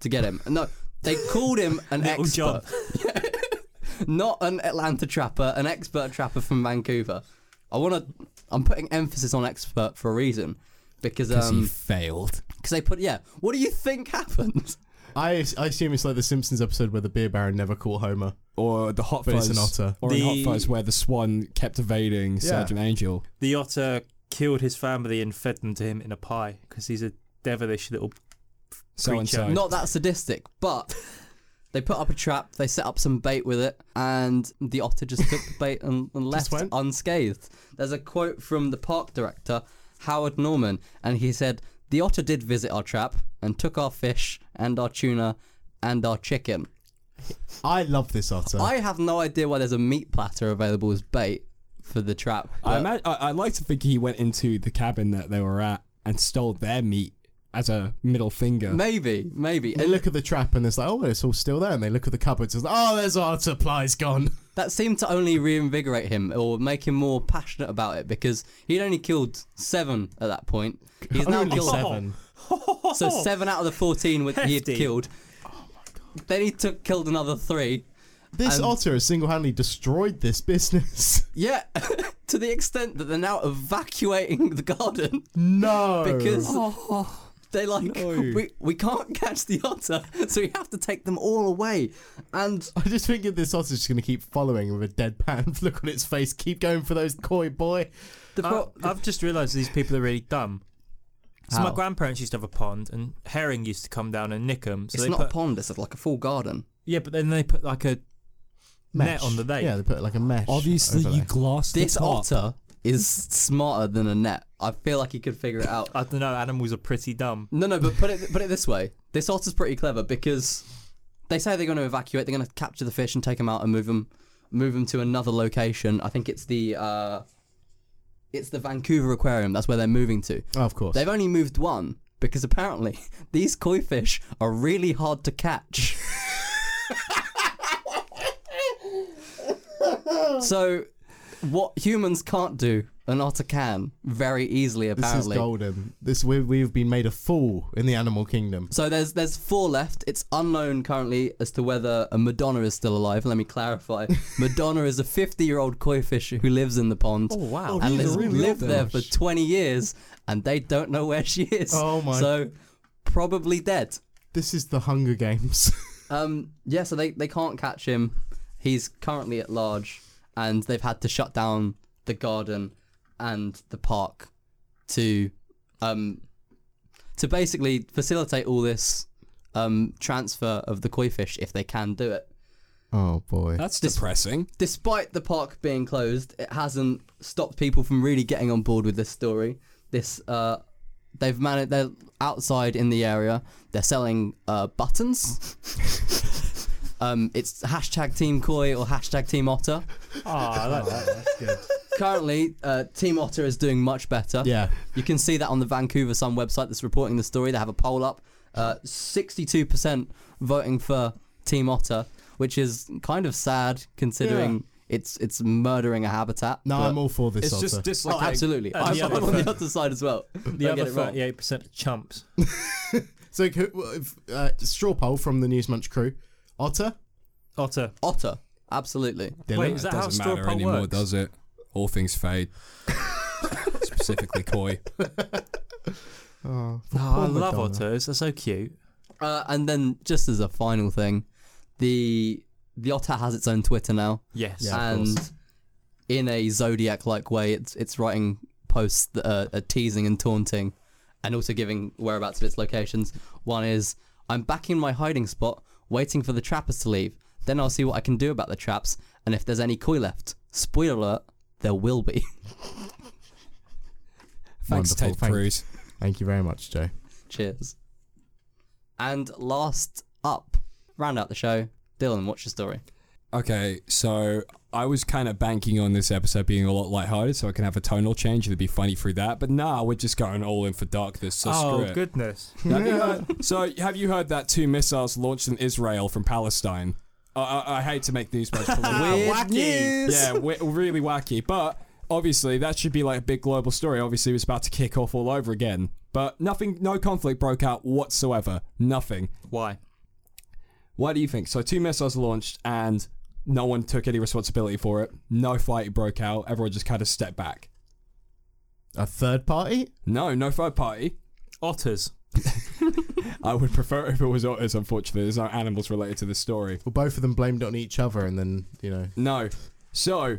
A: to get him. No, they called him an
B: [LAUGHS] Little
A: expert, [LAUGHS]
B: John.
A: not an Atlanta trapper, an expert trapper from Vancouver. I want to. I'm putting emphasis on expert for a reason. Because um,
D: failed.
A: cause they put yeah. What do you think happened?
C: I, I assume it's like the Simpsons episode where the beer baron never caught Homer.
D: Or the Hot
C: But it's
D: Fuzz.
C: an otter.
D: Or in Hot
B: The-
D: Fuzz where the swan kept evading Sergeant Angel.
B: The otter killed his family and fed them to him in a pie because he's a devilish little.
D: So and so.
B: Creature.
A: Not that sadistic, but they put up a trap, they set up some bait with it, and the otter just took the bait and, and left
C: went.
A: unscathed. There's a quote from the park director, Howard Norman, and he said, The otter did visit our trap and took our fish and our tuna and our chicken.
C: I love this otter.
A: I have no idea why there's a meat platter available as bait for the trap. but
D: I, ima- I I like to think he went into the cabin that they were at and stole their meat as a middle finger.
A: maybe, maybe.
C: they look at the trap and it's like, oh, it's all still there. And they look at the cupboards and it's like, oh, there's our supplies gone. [LAUGHS]
A: that seemed to only reinvigorate him or make him more passionate about it because he'd only killed seven at that point. He's now
C: Only
A: killed
C: seven.
A: [LAUGHS] So seven out of the fourteen with he had
B: Hefty.
A: killed. Then he took killed another three.
C: This
A: And-
C: otter has single-handedly destroyed this business.
A: Yeah, to the extent that they're now evacuating [LAUGHS] the garden
C: no.
A: because they like we we can't catch [LAUGHS] the otter, so we have to take them all away. And
C: I just think that this otter's just going to keep following with a deadpan [LAUGHS] look on its face. Keep going for those koi, boy. Uh,
A: the
B: I,
A: pro-
B: I've just realised these people are really dumb. So
A: How?
B: my grandparents used to have a pond, and herring used to come down and nick them. So
A: it's
B: they
A: not
B: put,
A: a pond; it's like a full garden.
B: Yeah, but then they put like a net on the day.
C: Yeah, they put like a mesh.
D: Obviously,
C: overlay.
D: you glossed
A: This
D: the top.
A: otter is smarter than a net. I feel like he could figure it out.
B: I don't know. Animals are pretty dumb.
A: No, no, but put it put it this way: this otter's pretty clever because they say they're going to evacuate. They're going to capture the fish and take them out and move them move them to another location. I think it's the uh, it's the Vancouver Aquarium. That's where they're moving to.
C: Oh, of course.
A: They've only moved one because apparently [LAUGHS] these koi fish are really hard to
C: [LAUGHS]
A: catch. so, what humans can't do, an otter can very easily.
C: This is
A: Apparently,
C: golden. This we we've been made a fool in the animal kingdom.
A: So there's there's four left. It's unknown currently as to whether a Madonna is still alive. Let me
C: [LAUGHS]
A: clarify. Madonna is a 50 year old koi fish who lives in the pond. Oh
B: wow.
A: And
C: he's
A: has
C: really
A: lived
C: old
A: there
C: then.
A: for 20 years, and they don't know where she is.
C: Oh my-
A: So probably dead.
C: This is the Hunger Games. [LAUGHS]
A: Um. Yeah. So they they can't catch him. He's currently at large, and they've had to shut down the garden and the park to um to basically facilitate all this um transfer of the koi fish if they can do it.
C: oh boy.
D: That's
A: This-
D: depressing.
A: Despite the park being closed, it hasn't stopped people from really getting on board with this story. This uh they've managed they're outside in the area. They're selling uh
D: [LAUGHS]
A: buttons. um it's hashtag team koi or hashtag team otter.
B: Ah, that,
C: That's good.
A: Currently, uh, Team Otter is doing much better.
C: Yeah.
A: You can see that on the Vancouver Sun website that's reporting the story. They have a poll up. Uh, 62% voting for Team Otter, which is kind of sad considering it's it's murdering a habitat.
C: No,
A: but-
C: I'm all for this.
D: It's
C: otter.
D: just
A: Oh,
D: dislocating.
A: absolutely.
B: And
A: I'm,
B: the
A: I'm
B: other
A: on the
B: thir-
A: other side as
B: [LAUGHS]
A: well.
B: the
A: Don't get
B: other
A: it wrong.
B: 38 percent
A: [LAUGHS]
B: chumps.
C: so who- if, uh, straw poll from the News Munch crew. Otter.
B: Otter.
A: Otter. Absolutely.
C: Dylan?
B: Wait, is
D: It
B: that how
D: doesn't
B: straw
D: matter
B: poll
D: anymore,
B: works?
D: does it? All
B: [LAUGHS]
D: things fade. Specifically, koi.
C: Oh,
B: Oh,
A: Ah,
B: I
C: poor
B: love
C: Madonna.
B: otters. They're so cute.
A: Uh, and then, just as a final thing, the the otter has its own Twitter now.
B: Yes.
C: Yeah. of
A: and in a zodiac-like way, it's it's writing posts that are, are teasing and taunting, and also giving whereabouts of its locations. One is, "I'm back in my hiding spot, waiting for the trappers to leave. Then I'll see what I can do about the traps, and if there's any koi left. Spoiler alert: there will be." [LAUGHS]
D: Thanks, Ted
C: Wonderful,
D: Cruz.
C: Thank you very much, Joe.
A: Cheers. And last up, round out the show, Dylan. What's your story?
D: Okay, so I was kind of banking on this episode being a lot lighthearted, so I can have a tonal change. It'd be funny through that, but nah, we're just going all in for darkness. So
B: oh
D: screw
A: [LAUGHS]
D: it.
B: goodness.
D: Have you heard- so have you heard that two missiles launched in Israel from Palestine? I, I, I hate to make these much
C: [LAUGHS]
D: political.
A: Weird news.
D: yeah, wi- really wacky. But obviously, that should be like a big global story. Obviously, it was about to kick off all over again. But nothing, no conflict broke out whatsoever. Nothing.
B: Why?
D: Why do you think? So two missiles launched and no one took any responsibility for it. No fight broke out. Everyone just kind of stepped back.
C: A third party?
D: No, no third party.
B: Otters.
D: [LAUGHS] I would prefer it if it was otters, unfortunately. There's no animals related to this story.
C: Well, both of them blamed it on each other, and then you know.
D: No. So,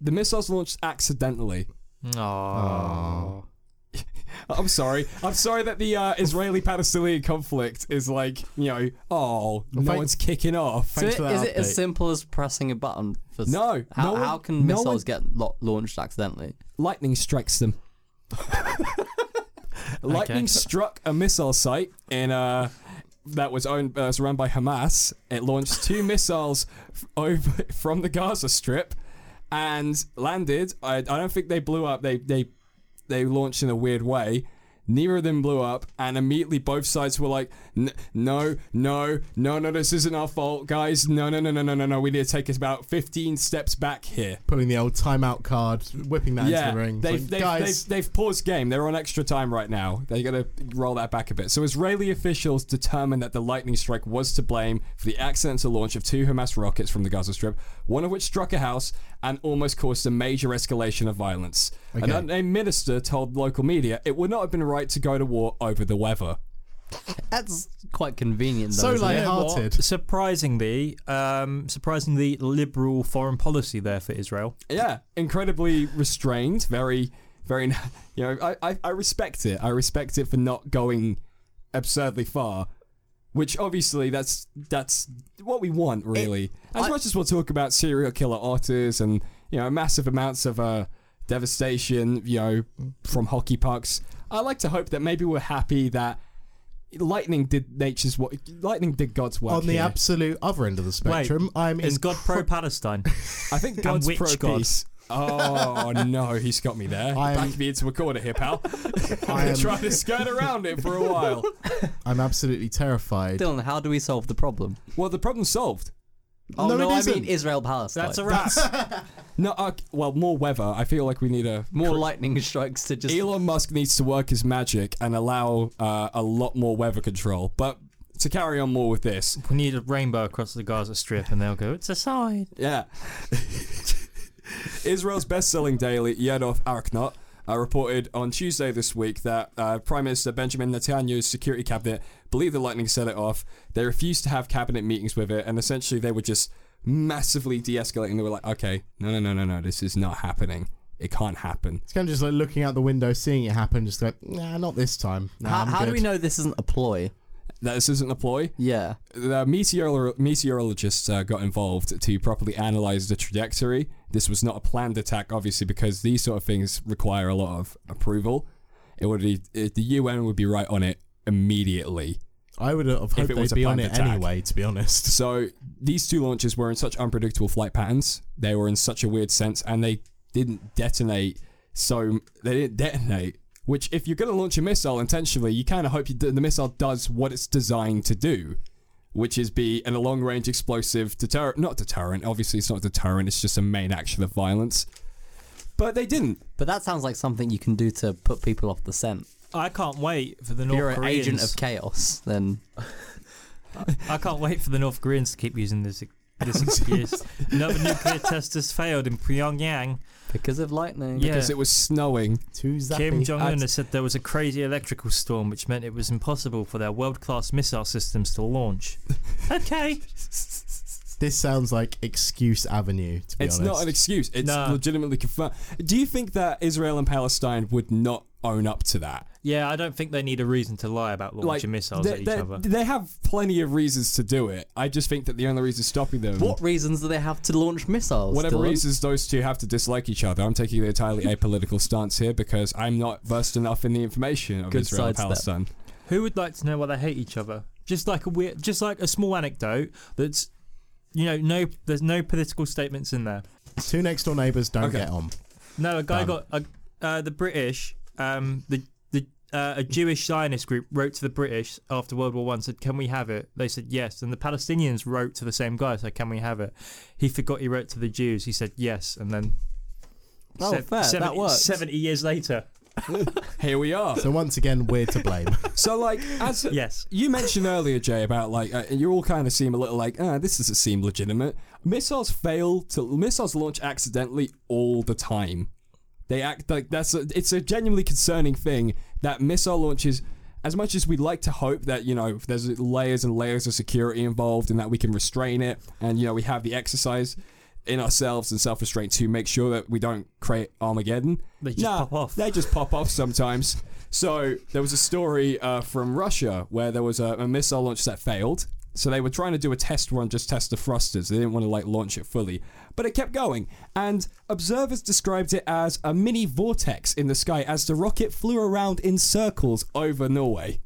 D: the missiles launched accidentally.
B: Oh.
D: [LAUGHS] I'm sorry. I'm sorry that the uh, Israeli Palestinian conflict is like, you know, oh, no
C: thank-
D: one's kicking off.
A: So
C: Thanks
A: it-
C: for that
A: is it
C: update.
A: as simple as pressing a button? For s-
D: No,
A: How,
D: no one-
A: how
D: no
A: can missiles
D: one-
A: get lo- launched accidentally?
D: Lightning strikes them. Lightning
B: Okay.
D: struck a missile site in uh, that was owned uh, was run by Hamas. It launched two missiles f- over [LAUGHS] from the Gaza Strip and landed. I, I don't think they blew up. They they they launched in a weird way. Neither of them blew up, and immediately both sides were like, "N- "No, no, no, no, this isn't our fault, guys. No, no, no, no, no, no, no. We need to take us about 15 steps back here."
C: Pulling the old timeout card, whipping that into the ring. It's
D: They've,
C: like,
D: they've,
C: guys,
D: they've, they've paused game. They're on extra time right now. They're going to roll that back a bit. So, Israeli officials determined that the lightning strike was to blame for the accidental launch of two Hamas rockets from the Gaza Strip, one of which struck a house and almost caused a major escalation of violence. An
C: Okay.
D: unnamed minister told local media it would not have been right to go to war over the weather.
A: That's quite convenient, though.
C: So
A: isn't
C: light-
A: it?
B: You know what?
C: Lighthearted.
B: Surprisingly, um, surprisingly liberal foreign policy there for Israel.
D: Yeah, incredibly restrained. Very, very. [LAUGHS] You know, I, I, I respect it. I respect it for not going absurdly far. which obviously that's that's what we want really. as much as we'll talk about serial killer otters and you know massive amounts of uh, devastation, you know, from hockey pucks, I like to hope that maybe we're happy that lightning did nature's what lightning did God's work.
C: On the
D: here.
C: absolute other end of the spectrum, I'm
B: Is
C: in
B: God pro
C: [LAUGHS]
B: Palestine?
D: I think God's
B: which
D: pro
B: God?
D: peace. Oh no, he's got me there.
C: I
D: I
C: am-
D: Back me into a corner here, pal. [LAUGHS]
C: I
D: I
C: am-
D: am trying to skirt around it for a
A: [LAUGHS]
D: while.
C: I'm absolutely terrified.
A: Dylan, how do we solve the problem?
D: Well, the problem's solved.
A: Oh
C: No,
A: no,
C: it
A: I
C: isn't.
A: mean Israel Palestine.
B: That's a wrap.
D: No, uh, well, more weather. I feel like we need a
A: more lightning strikes to just
D: Elon Musk needs to work his magic and allow uh, a lot more weather control. But to carry on more with this,
B: we need a rainbow across the Gaza Strip, and they'll go, it's a sign.
D: yeah. [LAUGHS] Israel's best-selling daily Yadov Arknot uh, reported on Tuesday this week that uh, Prime Minister Benjamin Netanyahu's security cabinet believed the lightning set it off. They refused to have cabinet meetings with it, and essentially they were just massively de-escalating. They were like, "Okay, no, no, no, no, no, this is not happening. It can't happen."
C: It's kind of just like looking out the window, seeing it happen, just like, nah, not this time. Nah,
A: How,
C: I'm
A: how do
C: good."
A: we know this isn't a ploy?
D: That this isn't a ploy.
A: Yeah.
D: the meteorolo- meteorologists uh, got involved to properly analyze the trajectory. This was not a planned attack, obviously, because these sort of things require a lot of approval. It would be, it, the UN would be right on it immediately.
C: I would have hoped
D: it was a
C: they'd be on it
D: planned attack.
C: anyway, to be honest.
D: So these two launches were in such unpredictable flight patterns. They were in such a weird sense, and they didn't detonate. So they didn't detonate. Which, if you're going to launch a missile intentionally, you kind of hope you, the missile does what it's designed to do, which is be an long range explosive deterrent. Not deterrent. Obviously, it's not a deterrent. It's just a main action of violence. But they didn't.
A: [LAUGHS] But that sounds like something you can do to put people off the
D: [LAUGHS]
A: scent.
B: I can't wait for the
A: If you're
B: North
A: an
B: Koreans.
A: agent of chaos, then
B: I can't wait for the North Koreans to keep using this, this
D: [LAUGHS]
B: excuse. Another nuclear test has failed in Pyongyang.
A: because of lightning.
B: Yeah.
D: Because it was snowing.
C: Too zappy.
B: Kim Jong Un
D: I'd-
B: has said there was a crazy electrical storm, which meant it was impossible for their world class missile systems to launch. okay.
C: This sounds like excuse avenue, to be
D: It's
C: honest.
D: not an excuse. It's
B: Nah.
D: legitimately confirmed. Do you think that Israel and Palestine would not own up to that?
B: Yeah, I don't think they need a reason to lie about launching missiles
D: they,
B: at each
D: they-
B: other.
D: they have plenty of reasons to do it. I just think that the only reason stopping them,
A: What reasons do they have to launch missiles?
D: whatever
A: Dylan?
D: reasons those two have to dislike each other, I'm taking an entirely apolitical stance here because I'm not versed enough in the information of
A: Good
D: Israel and
A: sidestep.
D: Palestine.
B: Who would like to know why they hate each other? Just like a weird, just like a small anecdote that's, you know, no, there's no political statements in there.
C: Two next door neighbours don't
D: Okay.
C: get on.
B: No, a guy
C: Done.
B: got a, uh, the British, um, the the uh, a Jewish Zionist group wrote to the British after World War One, said, "Can we have it?" They said yes, and the Palestinians wrote to the same guy, said, "Can we have it?" He forgot he wrote to the Jews. He said yes, and then
A: Oh,
B: sev-
A: fair. that works.
B: Seventy years
A: [LAUGHS]
B: later,
D: Here we are.
C: So once again, we're to blame.
D: [LAUGHS] So, like, as
B: yes.
D: you mentioned earlier, Jay, about like uh, you all kind of seem a little like, ah, this doesn't seem legitimate. Missiles fail to missiles launch accidentally all the time. They act like that's a, it's a genuinely concerning thing that missile launches. As much as we'd like to hope that you know there's layers and layers of security involved and that we can restrain it, and you know we have the exercise in ourselves and self-restraint to make sure that we don't create Armageddon.
B: They just
D: Nah,
B: pop off.
D: They just pop off sometimes. So there was a story uh, from Russia where there was a, a missile launch that failed. So they were trying to do a test run, just test the thrusters. They didn't want to like launch it fully, but it kept going. And observers described it as a mini vortex in the sky as the rocket flew around in circles over Norway.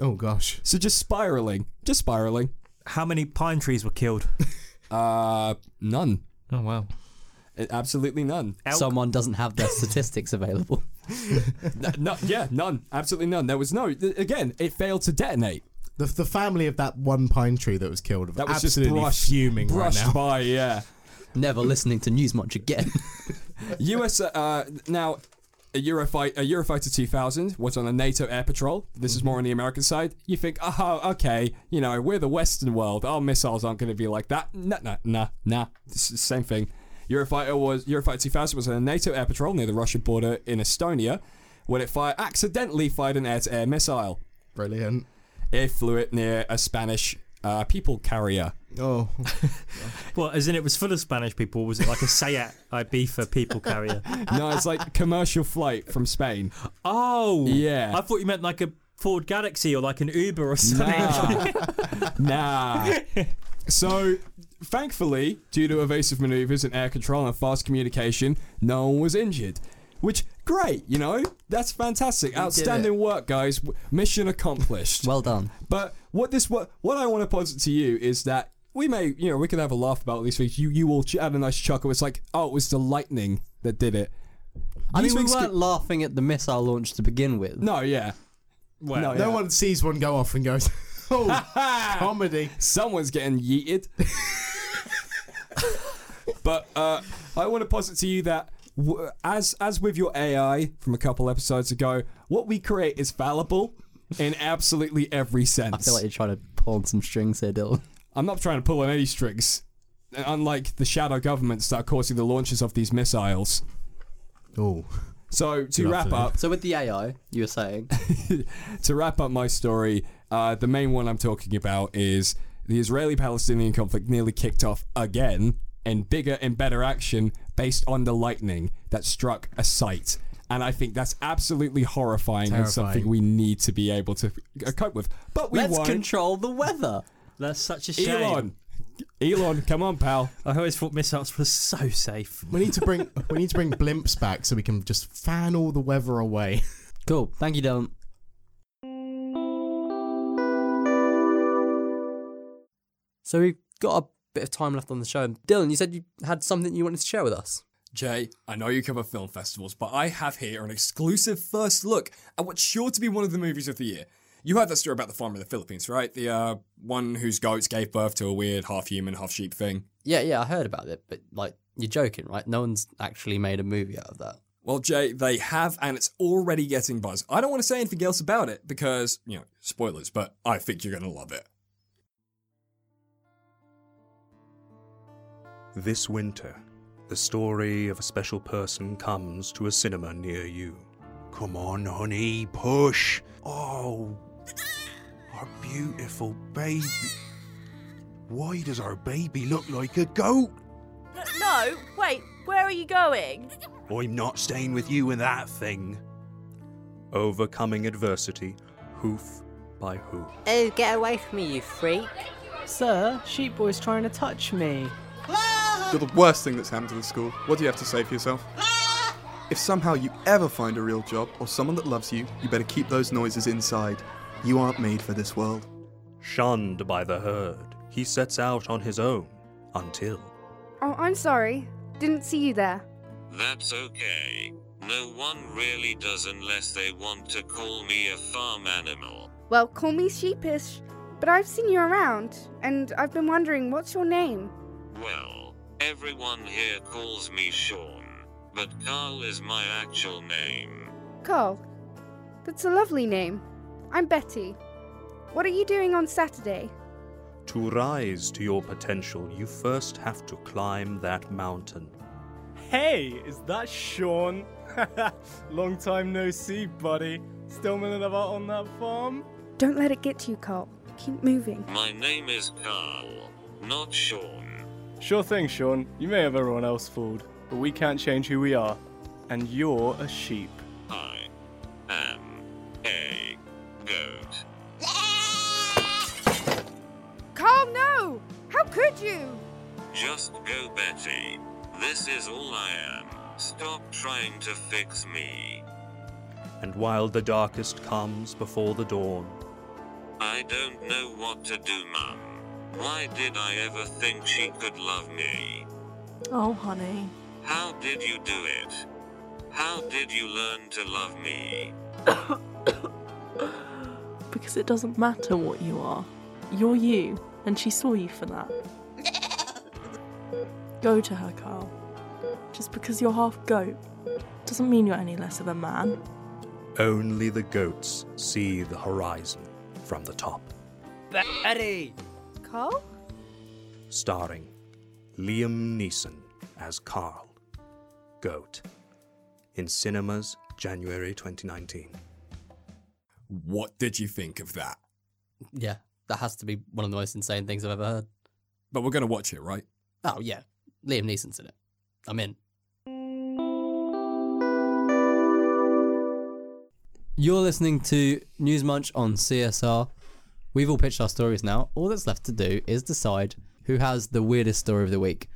C: oh, gosh.
D: So just spiraling, just spiraling.
B: How many pine trees were killed?
D: [LAUGHS] Uh, none.
B: Oh wow.
D: Uh, Absolutely none.
B: Elk.
A: Someone doesn't have their statistics
D: [LAUGHS]
A: available.
D: No, yeah, none. Absolutely none. There was no. th- Again, it failed to detonate.
C: The, the family of that one pine tree that was killed are
D: That was
C: absolutely
D: just brushed,
C: fuming right
D: brushed
C: now.
D: by. Yeah.
A: Never listening to News Munch again. [LAUGHS]
D: [LAUGHS] US uh, now a Eurofight a Eurofighter 2000 was on a NATO air patrol. This is more on the American side. You think, oh, okay, you know, we're the Western world. Our missiles aren't going to be like that. Nah, nah, nah, nah. This is the same thing. Eurofighter was Eurofighter 2000 was on a NATO air patrol near the Russian border in Estonia, when it fire accidentally fired an air-to-air missile.
C: Brilliant.
D: It flew it near a Spanish uh, people carrier.
C: [LAUGHS] Oh,
B: Well, as in it was full of Spanish people. Was it like a Sayat Ibiza people
D: [LAUGHS]
B: carrier?
D: No, it's like commercial flight from Spain.
B: Oh,
D: Yeah.
B: I thought you meant like a Ford Galaxy or like an Uber or something. [LAUGHS]
D: [LAUGHS] nah. nah. So, thankfully, due to evasive maneuvers and air control and fast communication, no one was injured. Which, great, you know? That's fantastic. Outstanding work, guys. W- Mission accomplished.
A: Well done.
D: But what this what what I want to posit to you is that we may you know we can have a laugh about these things. You you all ch- had a nice chuckle. It's like oh, it was the lightning that did it.
A: I mean,
D: These
A: we
D: things
A: weren't
D: can-
A: laughing at the missile launch to begin with.
D: no, yeah,
B: Well,
D: no,
C: No
D: yeah.
C: one sees one go off and goes, [LAUGHS] oh, comedy.
D: Someone's getting yeeted. [LAUGHS] but uh, I want to posit to you that w- as as with your AI from a couple episodes ago, what we create is fallible in absolutely every sense.
A: I feel like you're trying to pull on some strings here, Dylan.
D: I'm not trying to pull on any strings. Unlike the shadow governments that are causing the launches of these missiles.
C: Oh.
D: So [LAUGHS] to
C: Good
D: wrap
C: afternoon.
D: up,
A: So with the AI, you were saying
D: [LAUGHS] to wrap up my story, uh, the main one I'm talking about is the Israeli-Palestinian conflict nearly kicked off again in bigger and better action based on the lightning that struck a site. And I think that's absolutely horrifying and something
C: Terrifying.
D: we need to be able to uh, cope with. But we
A: let's
D: won't.
A: control the weather.
B: that's such a shame.
D: Elon, Elon, come on, pal.
B: I always thought missiles were so safe.
C: We need to bring we need to bring blimps back so we can just fan all the weather away. [LAUGHS]
A: Cool. Thank you, Dylan. So we've got a bit of time left on the show. Dylan, you said you had something you wanted to share with us.
D: Jay, I know you cover film festivals, but I have here an exclusive first look at what's sure to be one of the movies of the year. You heard that story about the farmer in the Philippines, right? The uh, one whose goats gave birth to a weird half human, half sheep thing.
A: Yeah, yeah, I heard about it, but like you're joking, right? No one's actually made a movie out of that.
D: Well, Jay, they have, and it's already getting buzz. I don't want to say anything else about it because, you know, spoilers, but I think you're going to love it.
I: This winter, the story of a special person comes to a cinema near you. Come on, honey, push. Oh, our beautiful baby. Why does our baby look like a goat?
J: No, wait, where are you going?
I: I'm not staying with you in that thing. Overcoming adversity, hoof by hoof.
K: Oh, get away from me, you freak. Sir, Sheep Boy's trying to touch me.
L: You're the worst thing that's happened to the school. What do you have to say for yourself? If somehow you ever find a real job or someone that loves you, you better keep those noises inside. You aren't made for this world.
I: Shunned by the herd, he sets out on his own until
J: Oh, I'm sorry. Didn't see you there.
L: That's okay. No one really does unless they want to call me a farm animal.
J: Well, call me sheepish, but I've seen you around, and I've been wondering what's your name?
L: Well, everyone here calls me Sean, but Carl is my actual name.
J: Carl. That's a lovely name. I'm Betty. What are you doing on Saturday?
I: To rise to your potential, you first have to climb that mountain.
L: Hey, is that Sean? [LAUGHS] Long time no see, buddy. Still milling about on that farm?
J: Don't let it get to you, Carl. Keep moving.
L: My name is Carl, not Sean. Sure thing, Sean. You may have everyone else fooled, but we can't change who we are. And you're a sheep. I am a goat.
J: Carl, no! How could you?
L: Just go, Betty. This is all I am. Stop trying to fix me.
I: And while the darkest comes before the dawn,
L: I don't know what to do, Mum. Why did I ever think she could love me?
J: Oh, honey.
L: How did you do it? How did you learn to love me?
K: Because it doesn't matter what you are. You're you, and she saw you for that. Go to her, Carl. Just because you're half goat doesn't mean you're any less of a man.
I: only the goats see the horizon from the top.
K: Betty!
J: Carl?
I: Starring Liam Neeson as Carl, Goat, in cinemas January 2019.
D: What did you think of that?
A: Yeah, that has to be one of the most insane things I've ever heard.
D: But we're going to watch it, right?
A: Oh yeah, Liam Neeson's in it. I'm in. You're listening to News Munch on CSR. We've all pitched our stories now. All that's left to do is decide who has the weirdest story of the week.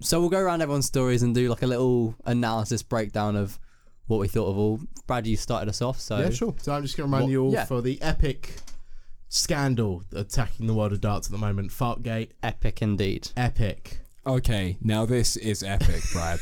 A: So we'll go around everyone's stories and do like a little analysis breakdown of what we thought of all. Brad, you started us off, so
C: yeah, sure. So I'm just going to remind
A: What-
C: you all
A: yeah.
C: for the epic scandal attacking the world of darts at the moment. Fartgate.
A: Epic indeed.
C: Epic.
D: Okay, now this is epic, [LAUGHS] Brad.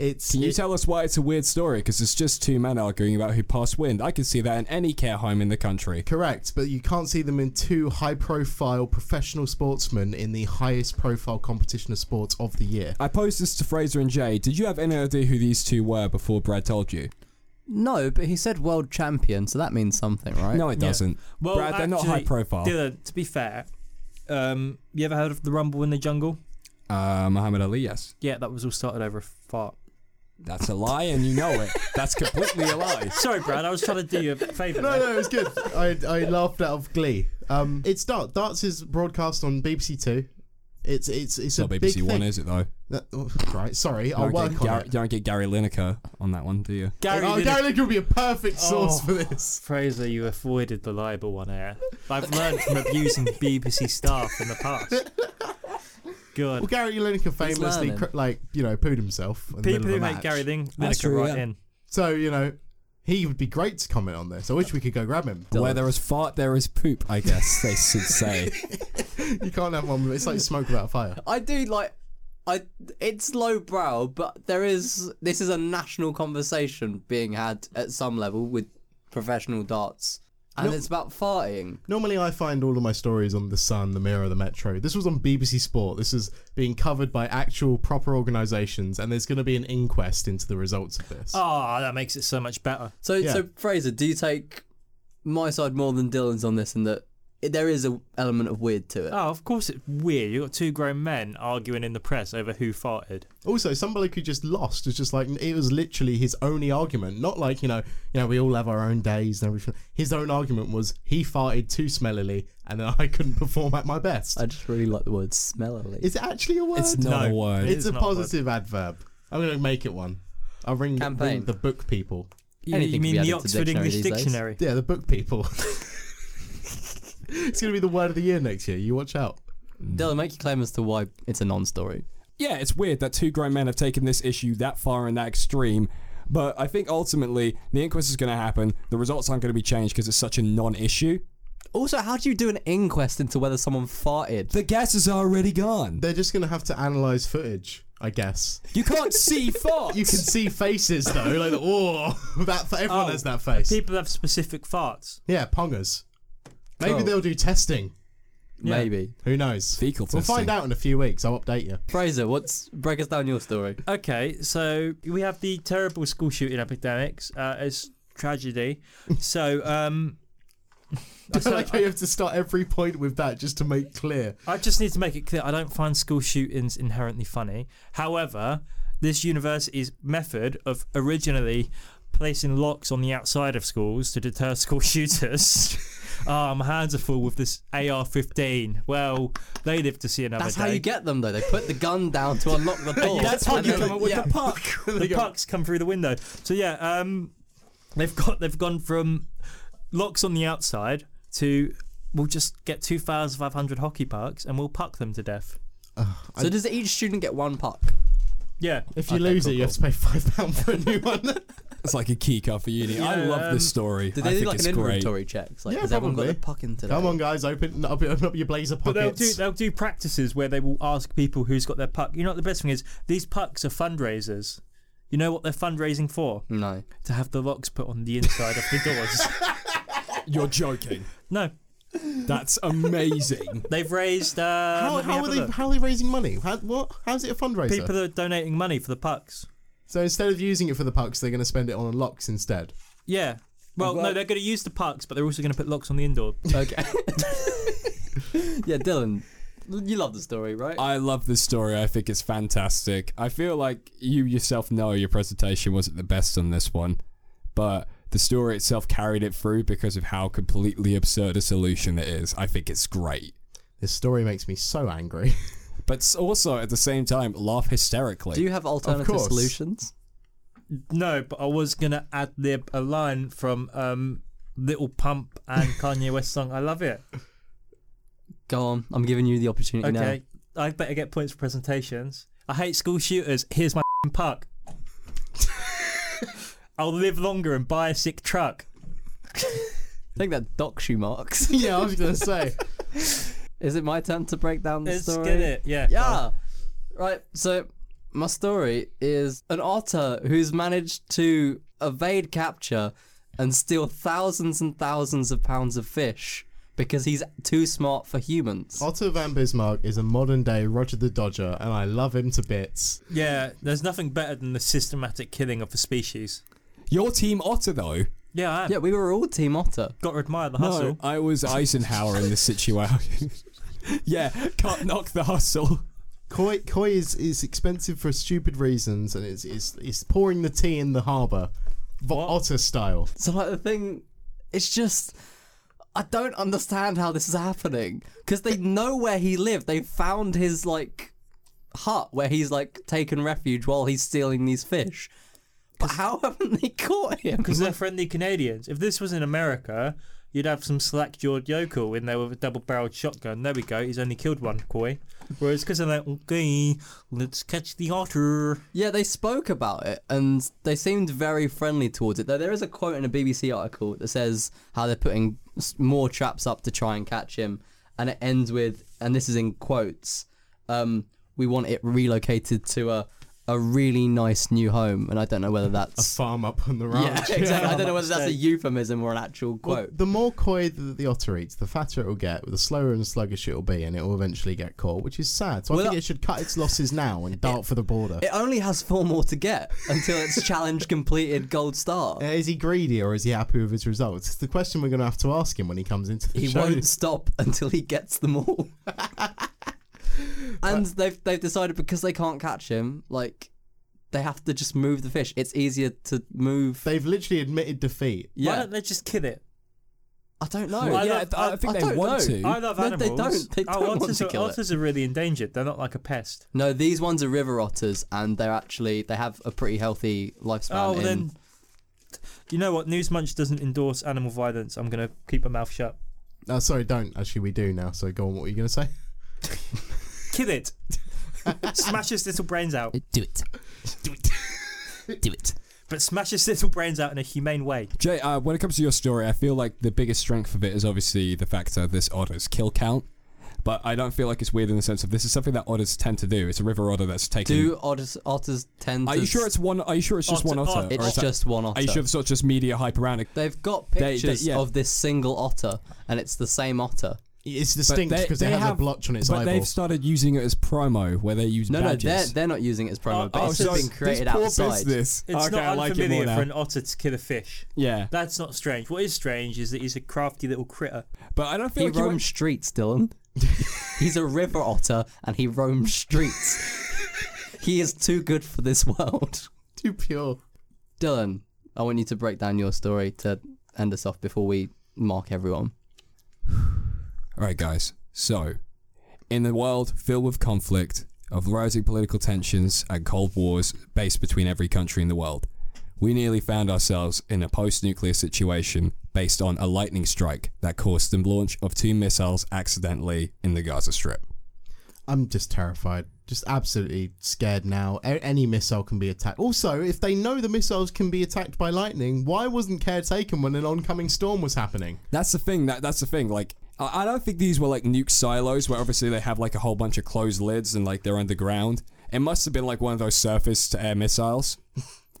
C: it's.
D: Can you tell us why it's a weird story? Because it's just two men arguing about who passed wind. I could see that in any care home in the country.
C: Correct, but you can't see them in two high profile professional sportsmen in the highest profile competition of sports of the year.
D: I posed this to Fraser and Jay. Did you have any idea who these two were before Brad told you?
A: No, but he said world champion, so that means something, right?
D: No, it Yeah. doesn't.
B: Well, actually, Dylan, to be fair, um, you ever heard of the Rumble in the Jungle?
D: Uh, Muhammad Ali, yes.
B: Yeah, that was all started over a fart.
D: That's a lie, and you know it. That's completely a lie.
B: [LAUGHS] Sorry, Brad. I was trying to do you a favour.
C: No,
B: there.
C: no, it was good. [LAUGHS] I, I laughed out of glee. Um, it's Dart. Darts is broadcast on BBC Two. It's it's it's
D: Not
C: a
D: BBC
C: big
D: One,
C: thing.
D: is it though?
C: That- oh, right, sorry,
D: You
C: I'll
D: don't,
C: work
D: get
C: on
D: Gar-
C: it.
D: you don't get Gary Lineker on that one, do you?
B: Gary
C: oh,
B: Lineker-
C: Gary Lineker would be a perfect source for this.
B: Fraser, you avoided the libel one here. I've learned from abusing BBC staff in the past.
C: [LAUGHS]
B: Good.
C: Well, Gary Lineker famously,
B: learning.
C: cr- like you know, pooed himself. In the
B: People
C: middle
B: who
C: of a
B: make
C: match.
B: Gary Lin- That's Lineker true, right yeah. in.
C: So you know, he would be great to comment on this. I wish we could go grab him.
D: Where there is fart, there is poop. I guess [LAUGHS] they should say.
C: [LAUGHS] you can't have one. It's like smoke without fire.
A: I do like I it's lowbrow, but there is this is a national conversation being had at some level with professional darts. And
C: No.
A: it's about farting.
C: Normally, I find all of my stories on the Sun, the Mirror, the Metro. This was on BBC Sport. This is being covered by actual proper organisations, and there's going to be an inquest into the results of this.
B: Ah, that makes it so much better.
A: So
C: Yeah.
A: so Fraser, do you take my side more than Dylan's on this in that it- there is a element of weird to it?
B: Oh, of course it's weird. You've got two grown men arguing in the press over who farted.
C: Also, somebody who just lost was just like it was literally his only argument. Not like you know, you know, we all have our own days and everything. His own argument was he farted too smellily, and then I couldn't perform at my best.
A: I just really like the word smellily.
C: Is it actually a word?
A: It's not No, a word. it
C: It's
A: is
C: a
A: not a word.
C: positive adverb. I'm gonna make it one. I'll ring, ring
A: Campaign.
C: the book people.
A: You- Anything you can be mean the added to Oxford dictionary English these days. Dictionary?
C: Yeah, the book people. [LAUGHS] it's gonna be the word of the year next year. You watch out.
A: Mm. Dylan, make your claim as to why it's a non story.
D: yeah, it's weird that two grown men have taken this issue that far and that extreme. But I think ultimately the inquest is going to happen. The results aren't going to be changed because it's such a non-issue.
A: Also, how do you do an inquest into whether someone farted?
D: The gas is already
C: [LAUGHS]
D: gone.
C: They're just gonna have to analyze footage, I guess.
D: You can't
B: [LAUGHS]
D: see farts.
C: You can see faces though, like oh, [LAUGHS] that everyone has that face.
B: People have specific farts.
C: Yeah, pongers. Maybe
B: Oh.
C: they'll do testing.
B: Yeah.
A: Maybe.
C: Who knows?
D: Fecal
C: We'll find out in a few weeks. I'll update you.
A: Fraser, what's break us down your story?
B: Okay, so we have the terrible school shooting epidemics uh, as tragedy. So, um, I
C: I
B: said-
C: like how you have to start every point with that just to make clear.
B: I just need to make it clear I don't find school shootings inherently funny. However, this university's method of originally placing locks on the outside of schools to deter school [LAUGHS] shooters. Ah, my hands are full with this AR-15. Well, they live to see another
A: That's
B: day.
A: how you get them, though. They put the gun down to unlock
B: [LAUGHS]
A: the door.
B: That's how you come up with the
D: puck.
B: the pucks come through the window. So yeah, um, they've got they've gone from locks on the outside to we'll just get two thousand five hundred hockey pucks and we'll puck them to death.
A: So does each student get one puck?
B: Yeah.
C: If you lose it, you have to pay five pound for a new one.
D: It's like a key card for uni. I
C: Yeah,
D: love this
C: um,
D: story.
A: Do
D: I
A: they do
D: think
A: like
D: it's
A: an
D: great.
A: inventory check? It's like, has everyone got their puck in today?
C: Come on, guys, open up, open up your blazer
B: But they'll
C: pockets.
B: do they'll do practices where they will ask people who's got their puck. You know what the best thing is? These pucks are fundraisers. You know what they're fundraising for?
A: No.
B: To have the locks put on the inside of the doors.
D: You're joking.
B: No.
D: That's amazing.
B: They've raised. Uh,
C: how,
B: let me
C: how
B: have
C: are
B: a
C: they?
B: look.
C: How are they raising money? How, what? How's it a fundraiser?
B: People are donating money for the pucks.
C: so instead of using it for the pucks, they're going to spend it on locks instead.
B: Yeah. Well, no, they're going to use the pucks, but they're also going to put locks on the indoor. [LAUGHS]
A: Okay. yeah, Dylan, you love the story, right?
D: I love this story. I think it's fantastic. I feel like you yourself know your presentation wasn't the best on this one, but the story itself carried it through because of how completely absurd a solution it is. I think it's great.
C: This story makes me so angry. [LAUGHS]
D: But s- also at the same time, laugh hysterically.
A: Do you have alternative
C: course.
A: solutions?
B: No, but I was gonna ad lib a line from um, Little Pump
A: [LAUGHS]
B: and Kanye West song "I Love It."
A: Go on. I'm giving you the opportunity now.
B: Okay, I better get points for presentations. I hate school shooters. Here's my [LAUGHS]
A: [LAUGHS]
B: puck. I'll live longer and buy a sick truck.
A: I think that docks you, marks.
C: [LAUGHS] yeah, I was
A: [LAUGHS]
C: gonna say.
A: Is it my turn to break down the
B: Let's
A: story?
B: get it. Yeah. go
A: Yeah.
B: on.
A: Right. So my story is an otter who's managed to evade capture and steal thousands and thousands of pounds of fish because he's too smart for humans.
C: Otto van Bismarck is a modern day Roger the Dodger, and I love him to bits.
B: Yeah. There's nothing better than the systematic killing of a species.
D: Your team Otter though.
B: Yeah. I am.
A: Yeah, we were all Team Otter.
B: Got to admire the hustle.
D: No, I was Eisenhower in this situation. yeah, can't knock the hustle.
C: Koi, koi is, is expensive for stupid reasons, and it's, it's, it's pouring the tea in the harbour, vo- otter style.
A: So like the thing, it's just I don't understand how this is happening because they know where he lived. They found his like hut where he's like taken refuge while he's stealing these fish. But how [LAUGHS] haven't they caught him?
B: Because they're friendly Canadians. If this was in America, you'd have some slack jawed yokel in there with a double barreled shotgun. There we go, he's only killed one koi. Whereas because they're like, okay, let's catch the otter.
A: Yeah, they spoke about it and they seemed very friendly towards it. Though there is a quote in a BBC article that says how they're putting s- more traps up to try and catch him, and it ends with, and this is in quotes, um, "We want it relocated to a a really nice new home." And I don't know whether that's
C: A farm up on the ranch.
A: Yeah, [LAUGHS] exactly. I don't know
C: Yeah.
A: whether that's a euphemism or an actual
C: Well,
A: quote.
C: the more koi that the otter eats, the fatter it will get, the slower and sluggish it will be, and it will eventually get caught, which is sad. So
A: Well,
C: I think
A: that-
C: it should cut its losses
A: [LAUGHS]
C: now and dart for the border.
A: It only has four more to get until
C: [LAUGHS]
A: it's challenge completed gold star.
C: Uh, Is he greedy or is he happy with his results? It's the question we're going to have to ask him when he comes into the
A: He
C: show.
A: won't stop [LAUGHS] until he gets them all. and they've they've decided because they can't catch him, like they have to just move the fish. It's easier to move.
C: They've literally admitted defeat.
B: Why
A: Yeah,
B: don't they just kill it?
A: I don't know.
D: Well, yeah, I- I think they
A: don't
D: want
A: know.
D: to.
B: I love
A: No,
B: animals.
A: they don't. They
B: Oh,
A: don't want
B: otters
A: to
B: are-
A: kill it.
B: Otters are really endangered. They're not like a pest.
A: No, these ones are river otters, and they're actually they have a pretty healthy lifespan.
B: Oh,
A: in-
B: then. You know what? News Munch doesn't endorse animal violence. I'm going to keep my mouth shut.
C: Uh, sorry, don't. Actually, we do now. So go on. What were you going to say?
B: Kill it. [LAUGHS] smash its little brains out.
A: do it.
C: Do it.
A: [LAUGHS] Do it.
B: But smash its little brains out in a humane way.
D: Jay, uh, when it comes to your story, I feel like the biggest strength of it is obviously the fact that this otter's kill count. But I don't feel like it's weird in the sense of this is something that otters tend to do. It's a river otter that's taken.
A: Do otters otters tend?
D: are
A: to
D: you sure
A: s-
D: it's one? Are you sure it's just one
B: Otter-
D: otter?
B: otter-
D: or is
A: It's
D: that-
A: just one otter.
D: Are you sure it's not just media hype around it?
A: They've got
D: They- they-
A: pictures
D: yeah.
A: of this single otter, and it's the same otter.
C: It's
D: But
C: distinct because it has a blotch on its
D: but
C: eyeball.
D: they've started using it as promo, where they use
A: No,
D: badges.
A: no, they're they're not using it as promo,
B: Oh,
A: but
D: oh,
A: it's
D: so
A: just been
D: it's-
A: created
D: this poor
A: outside.
D: business.
B: It's
D: okay, I
B: not
D: like it
B: unfamiliar
D: more now.
B: for an otter to kill a fish.
D: yeah,
B: That's not strange. What is strange is that he's a crafty little critter.
D: but I don't feel
A: He
D: like you
A: roams
D: went-
A: streets, Dylan.
D: [LAUGHS]
A: He's a river otter, and he roams streets. he is too good for this world.
C: Too pure.
A: Dylan, I want you to break down your story to end us off before we mark everyone.
D: All right, guys. So, in a world filled with conflict, of rising political tensions and cold wars based between every country in the world, we nearly found ourselves in a post-nuclear situation based on a lightning strike that caused the launch of two missiles accidentally in the Gaza Strip.
C: I'm just terrified. Just absolutely scared now. A- any missile can be attacked. Also, if they know the missiles can be attacked by lightning, why wasn't care taken when an oncoming storm was happening?
D: That's the thing. That that's the thing. Like. I I don't think these were like nuke silos where obviously they have like a whole bunch of closed lids and like they're underground. It must have been like one of those surface to air missiles.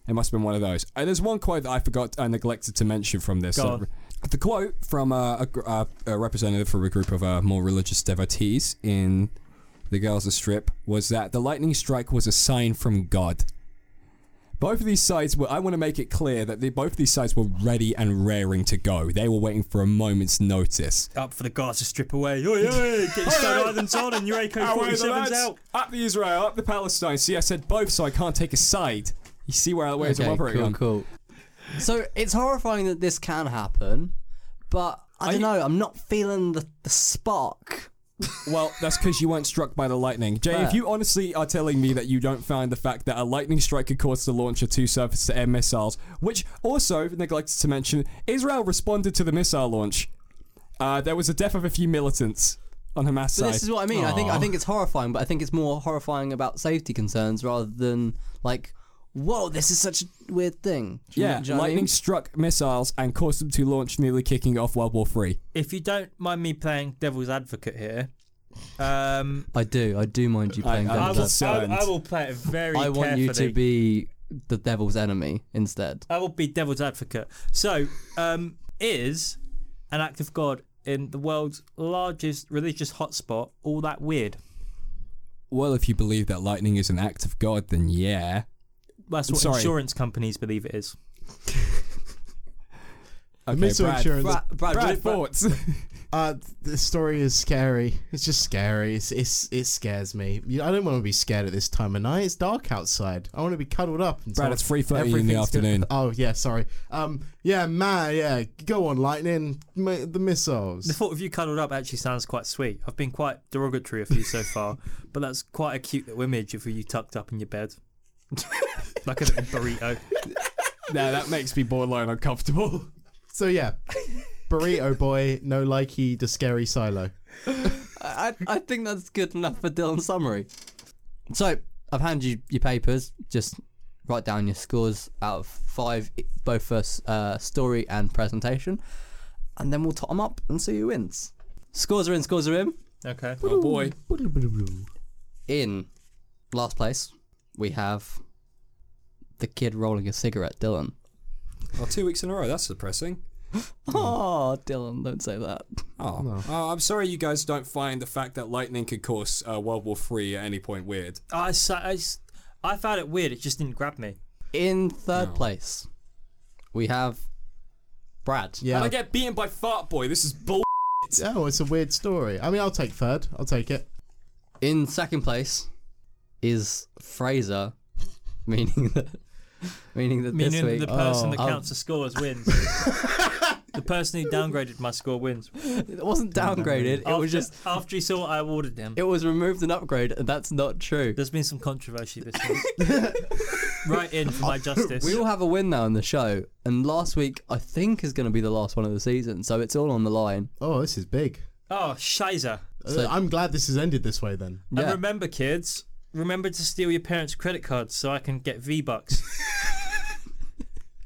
D: It must have been one of those. And there's one quote that I forgot, I neglected to mention from this.
B: Go on.
D: The quote from uh, a, gr- uh, a representative for a group of uh, more religious devotees in the Gaza Strip was that the lightning strike was a sign from God. Both of these sides were. I want to make it clear that they, both of these sides were ready and raring to go. They were waiting for a moment's notice.
B: Up for the Gaza Strip away. Oi,
D: [LAUGHS]
B: oi, get your Stone Islands on and your AK-47s out.
D: Up the Israel, up the Palestine. See, I said both, so I can't take a side. You see where ways
A: okay,
D: I'm operating
A: cool, cool.
D: on.
A: So it's horrifying that this can happen, but I don't know. I'm not feeling the, the spark
D: Well, that's because you weren't struck by the lightning. Jay,
A: Ah.
L: Fair.
D: if you honestly are telling me that you don't find the fact that a lightning strike could cause the launch of two surface to air missiles, which also neglected to mention, Israel responded to the missile launch. Uh, there was a death of a few militants on Hamas
A: So
D: side.
A: this is what I mean. I think I think it's horrifying, but I think it's more horrifying about safety concerns rather than like, whoa, this is such a weird thing. Do you know-
D: yeah,
A: do you know what I
D: lightning
A: mean?
D: struck missiles and caused them to launch, nearly kicking off World War Three.
B: If you don't mind me playing devil's advocate here, um,
A: I do. I do mind you playing
B: I, I,
A: devil's
B: will, I,
A: advocate.
B: I will play it very
A: I want
B: carefully.
A: you to be the devil's enemy instead.
B: I will be devil's advocate. So, um, is an act of God in the world's largest religious hotspot all that weird?
D: Well, if you believe that lightning is an act of God, then yeah.
B: That's what
D: Sorry.
B: insurance companies believe it is.
D: [LAUGHS] Okay,
C: Missile
D: Brad.
C: insurance.
D: Brad, Brad, thoughts? [LAUGHS]
C: uh, the story is scary. It's just scary. It's, it's it scares me. You know, I don't want to be scared at this time of night. It's dark outside. I want to be cuddled up. And
D: Brad,
C: told
D: it's 3:30 in the
C: everything's good.
D: afternoon.
C: Oh yeah, sorry. Um, yeah, man, yeah. Go on, lightning. Ma- the missiles.
B: The thought of you cuddled up actually sounds quite sweet. I've been quite derogatory of you so
A: [LAUGHS]
B: far, but that's quite a cute little image of you tucked up in your bed. [LAUGHS] like a little burrito.
D: no, that makes me borderline uncomfortable.
C: So yeah, burrito boy, no likey, the scary silo.
A: I, I I think that's good enough for Dylan's summary. So I've handed you your papers. Just write down your scores out of five, both for uh, story and presentation, and then we'll tot them up and see who wins. Scores are in. Scores are in.
B: Okay.
D: Oh boy.
A: In last place, we have the kid rolling a cigarette, Dylan.
D: Well, Oh, two weeks in a row. That's
B: [GASPS]
D: depressing.
A: Oh, Dylan, don't say that.
D: Oh, Oh, I'm sorry you guys don't find the fact that lightning could cause uh, World War Three at any point weird.
B: I, s- I s- I found it weird. It just didn't grab me.
A: In third place, we have Brad.
D: And I get beaten by Fart Boy. This is bull.
C: Oh, it's a weird story. I mean, I'll take third. I'll take it.
A: In second place is Fraser, meaning that, meaning that this
B: Meaning
A: week
B: the person that
A: Oh.
B: counts the scores
A: [LAUGHS]
B: wins. the person who downgraded my score wins.
A: It wasn't downgraded. It was just
B: after he saw what I awarded him.
A: it was removed and upgraded, and that's not true.
B: There's been some controversy
A: [LAUGHS]
B: this week. right in for my justice.
A: We all have a win now in the show, and last week I think is going to be the last one of the season, so it's all on the line.
C: Oh, this is big.
B: Oh, shizer.
C: Uh, I'm glad this has ended this way then. Um,
B: And remember, kids, remember to steal your parents' credit cards so I can get V
A: [LAUGHS]
B: bucks.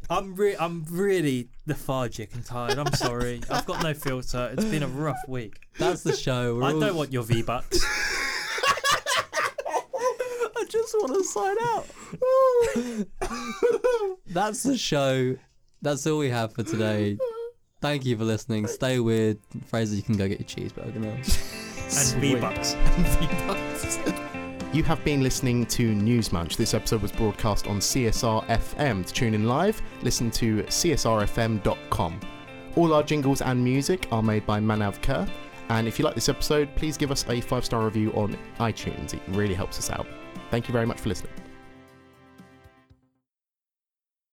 B: I'm re- I'm really lethargic and tired. I'm sorry. I've got no filter. It's been a rough week.
A: That's the show. We're
B: I
A: all-
B: don't want your V bucks.
A: [LAUGHS] I just want to sign
C: [LAUGHS]
A: out. That's the show. That's all we have for today. Thank you for listening. Stay weird. Fraser, you can go get your cheeseburger now.
C: [LAUGHS]
B: And V-Bucks. [LAUGHS]
F: [LAUGHS]
C: You have been listening to News Munch. This episode was broadcast on CSR FM. To tune in live, listen to csrfm.com. All our jingles and music are made by Manav Kerr. And if you like this episode, please give us a five star review on iTunes. It really helps us out. Thank you very much for listening.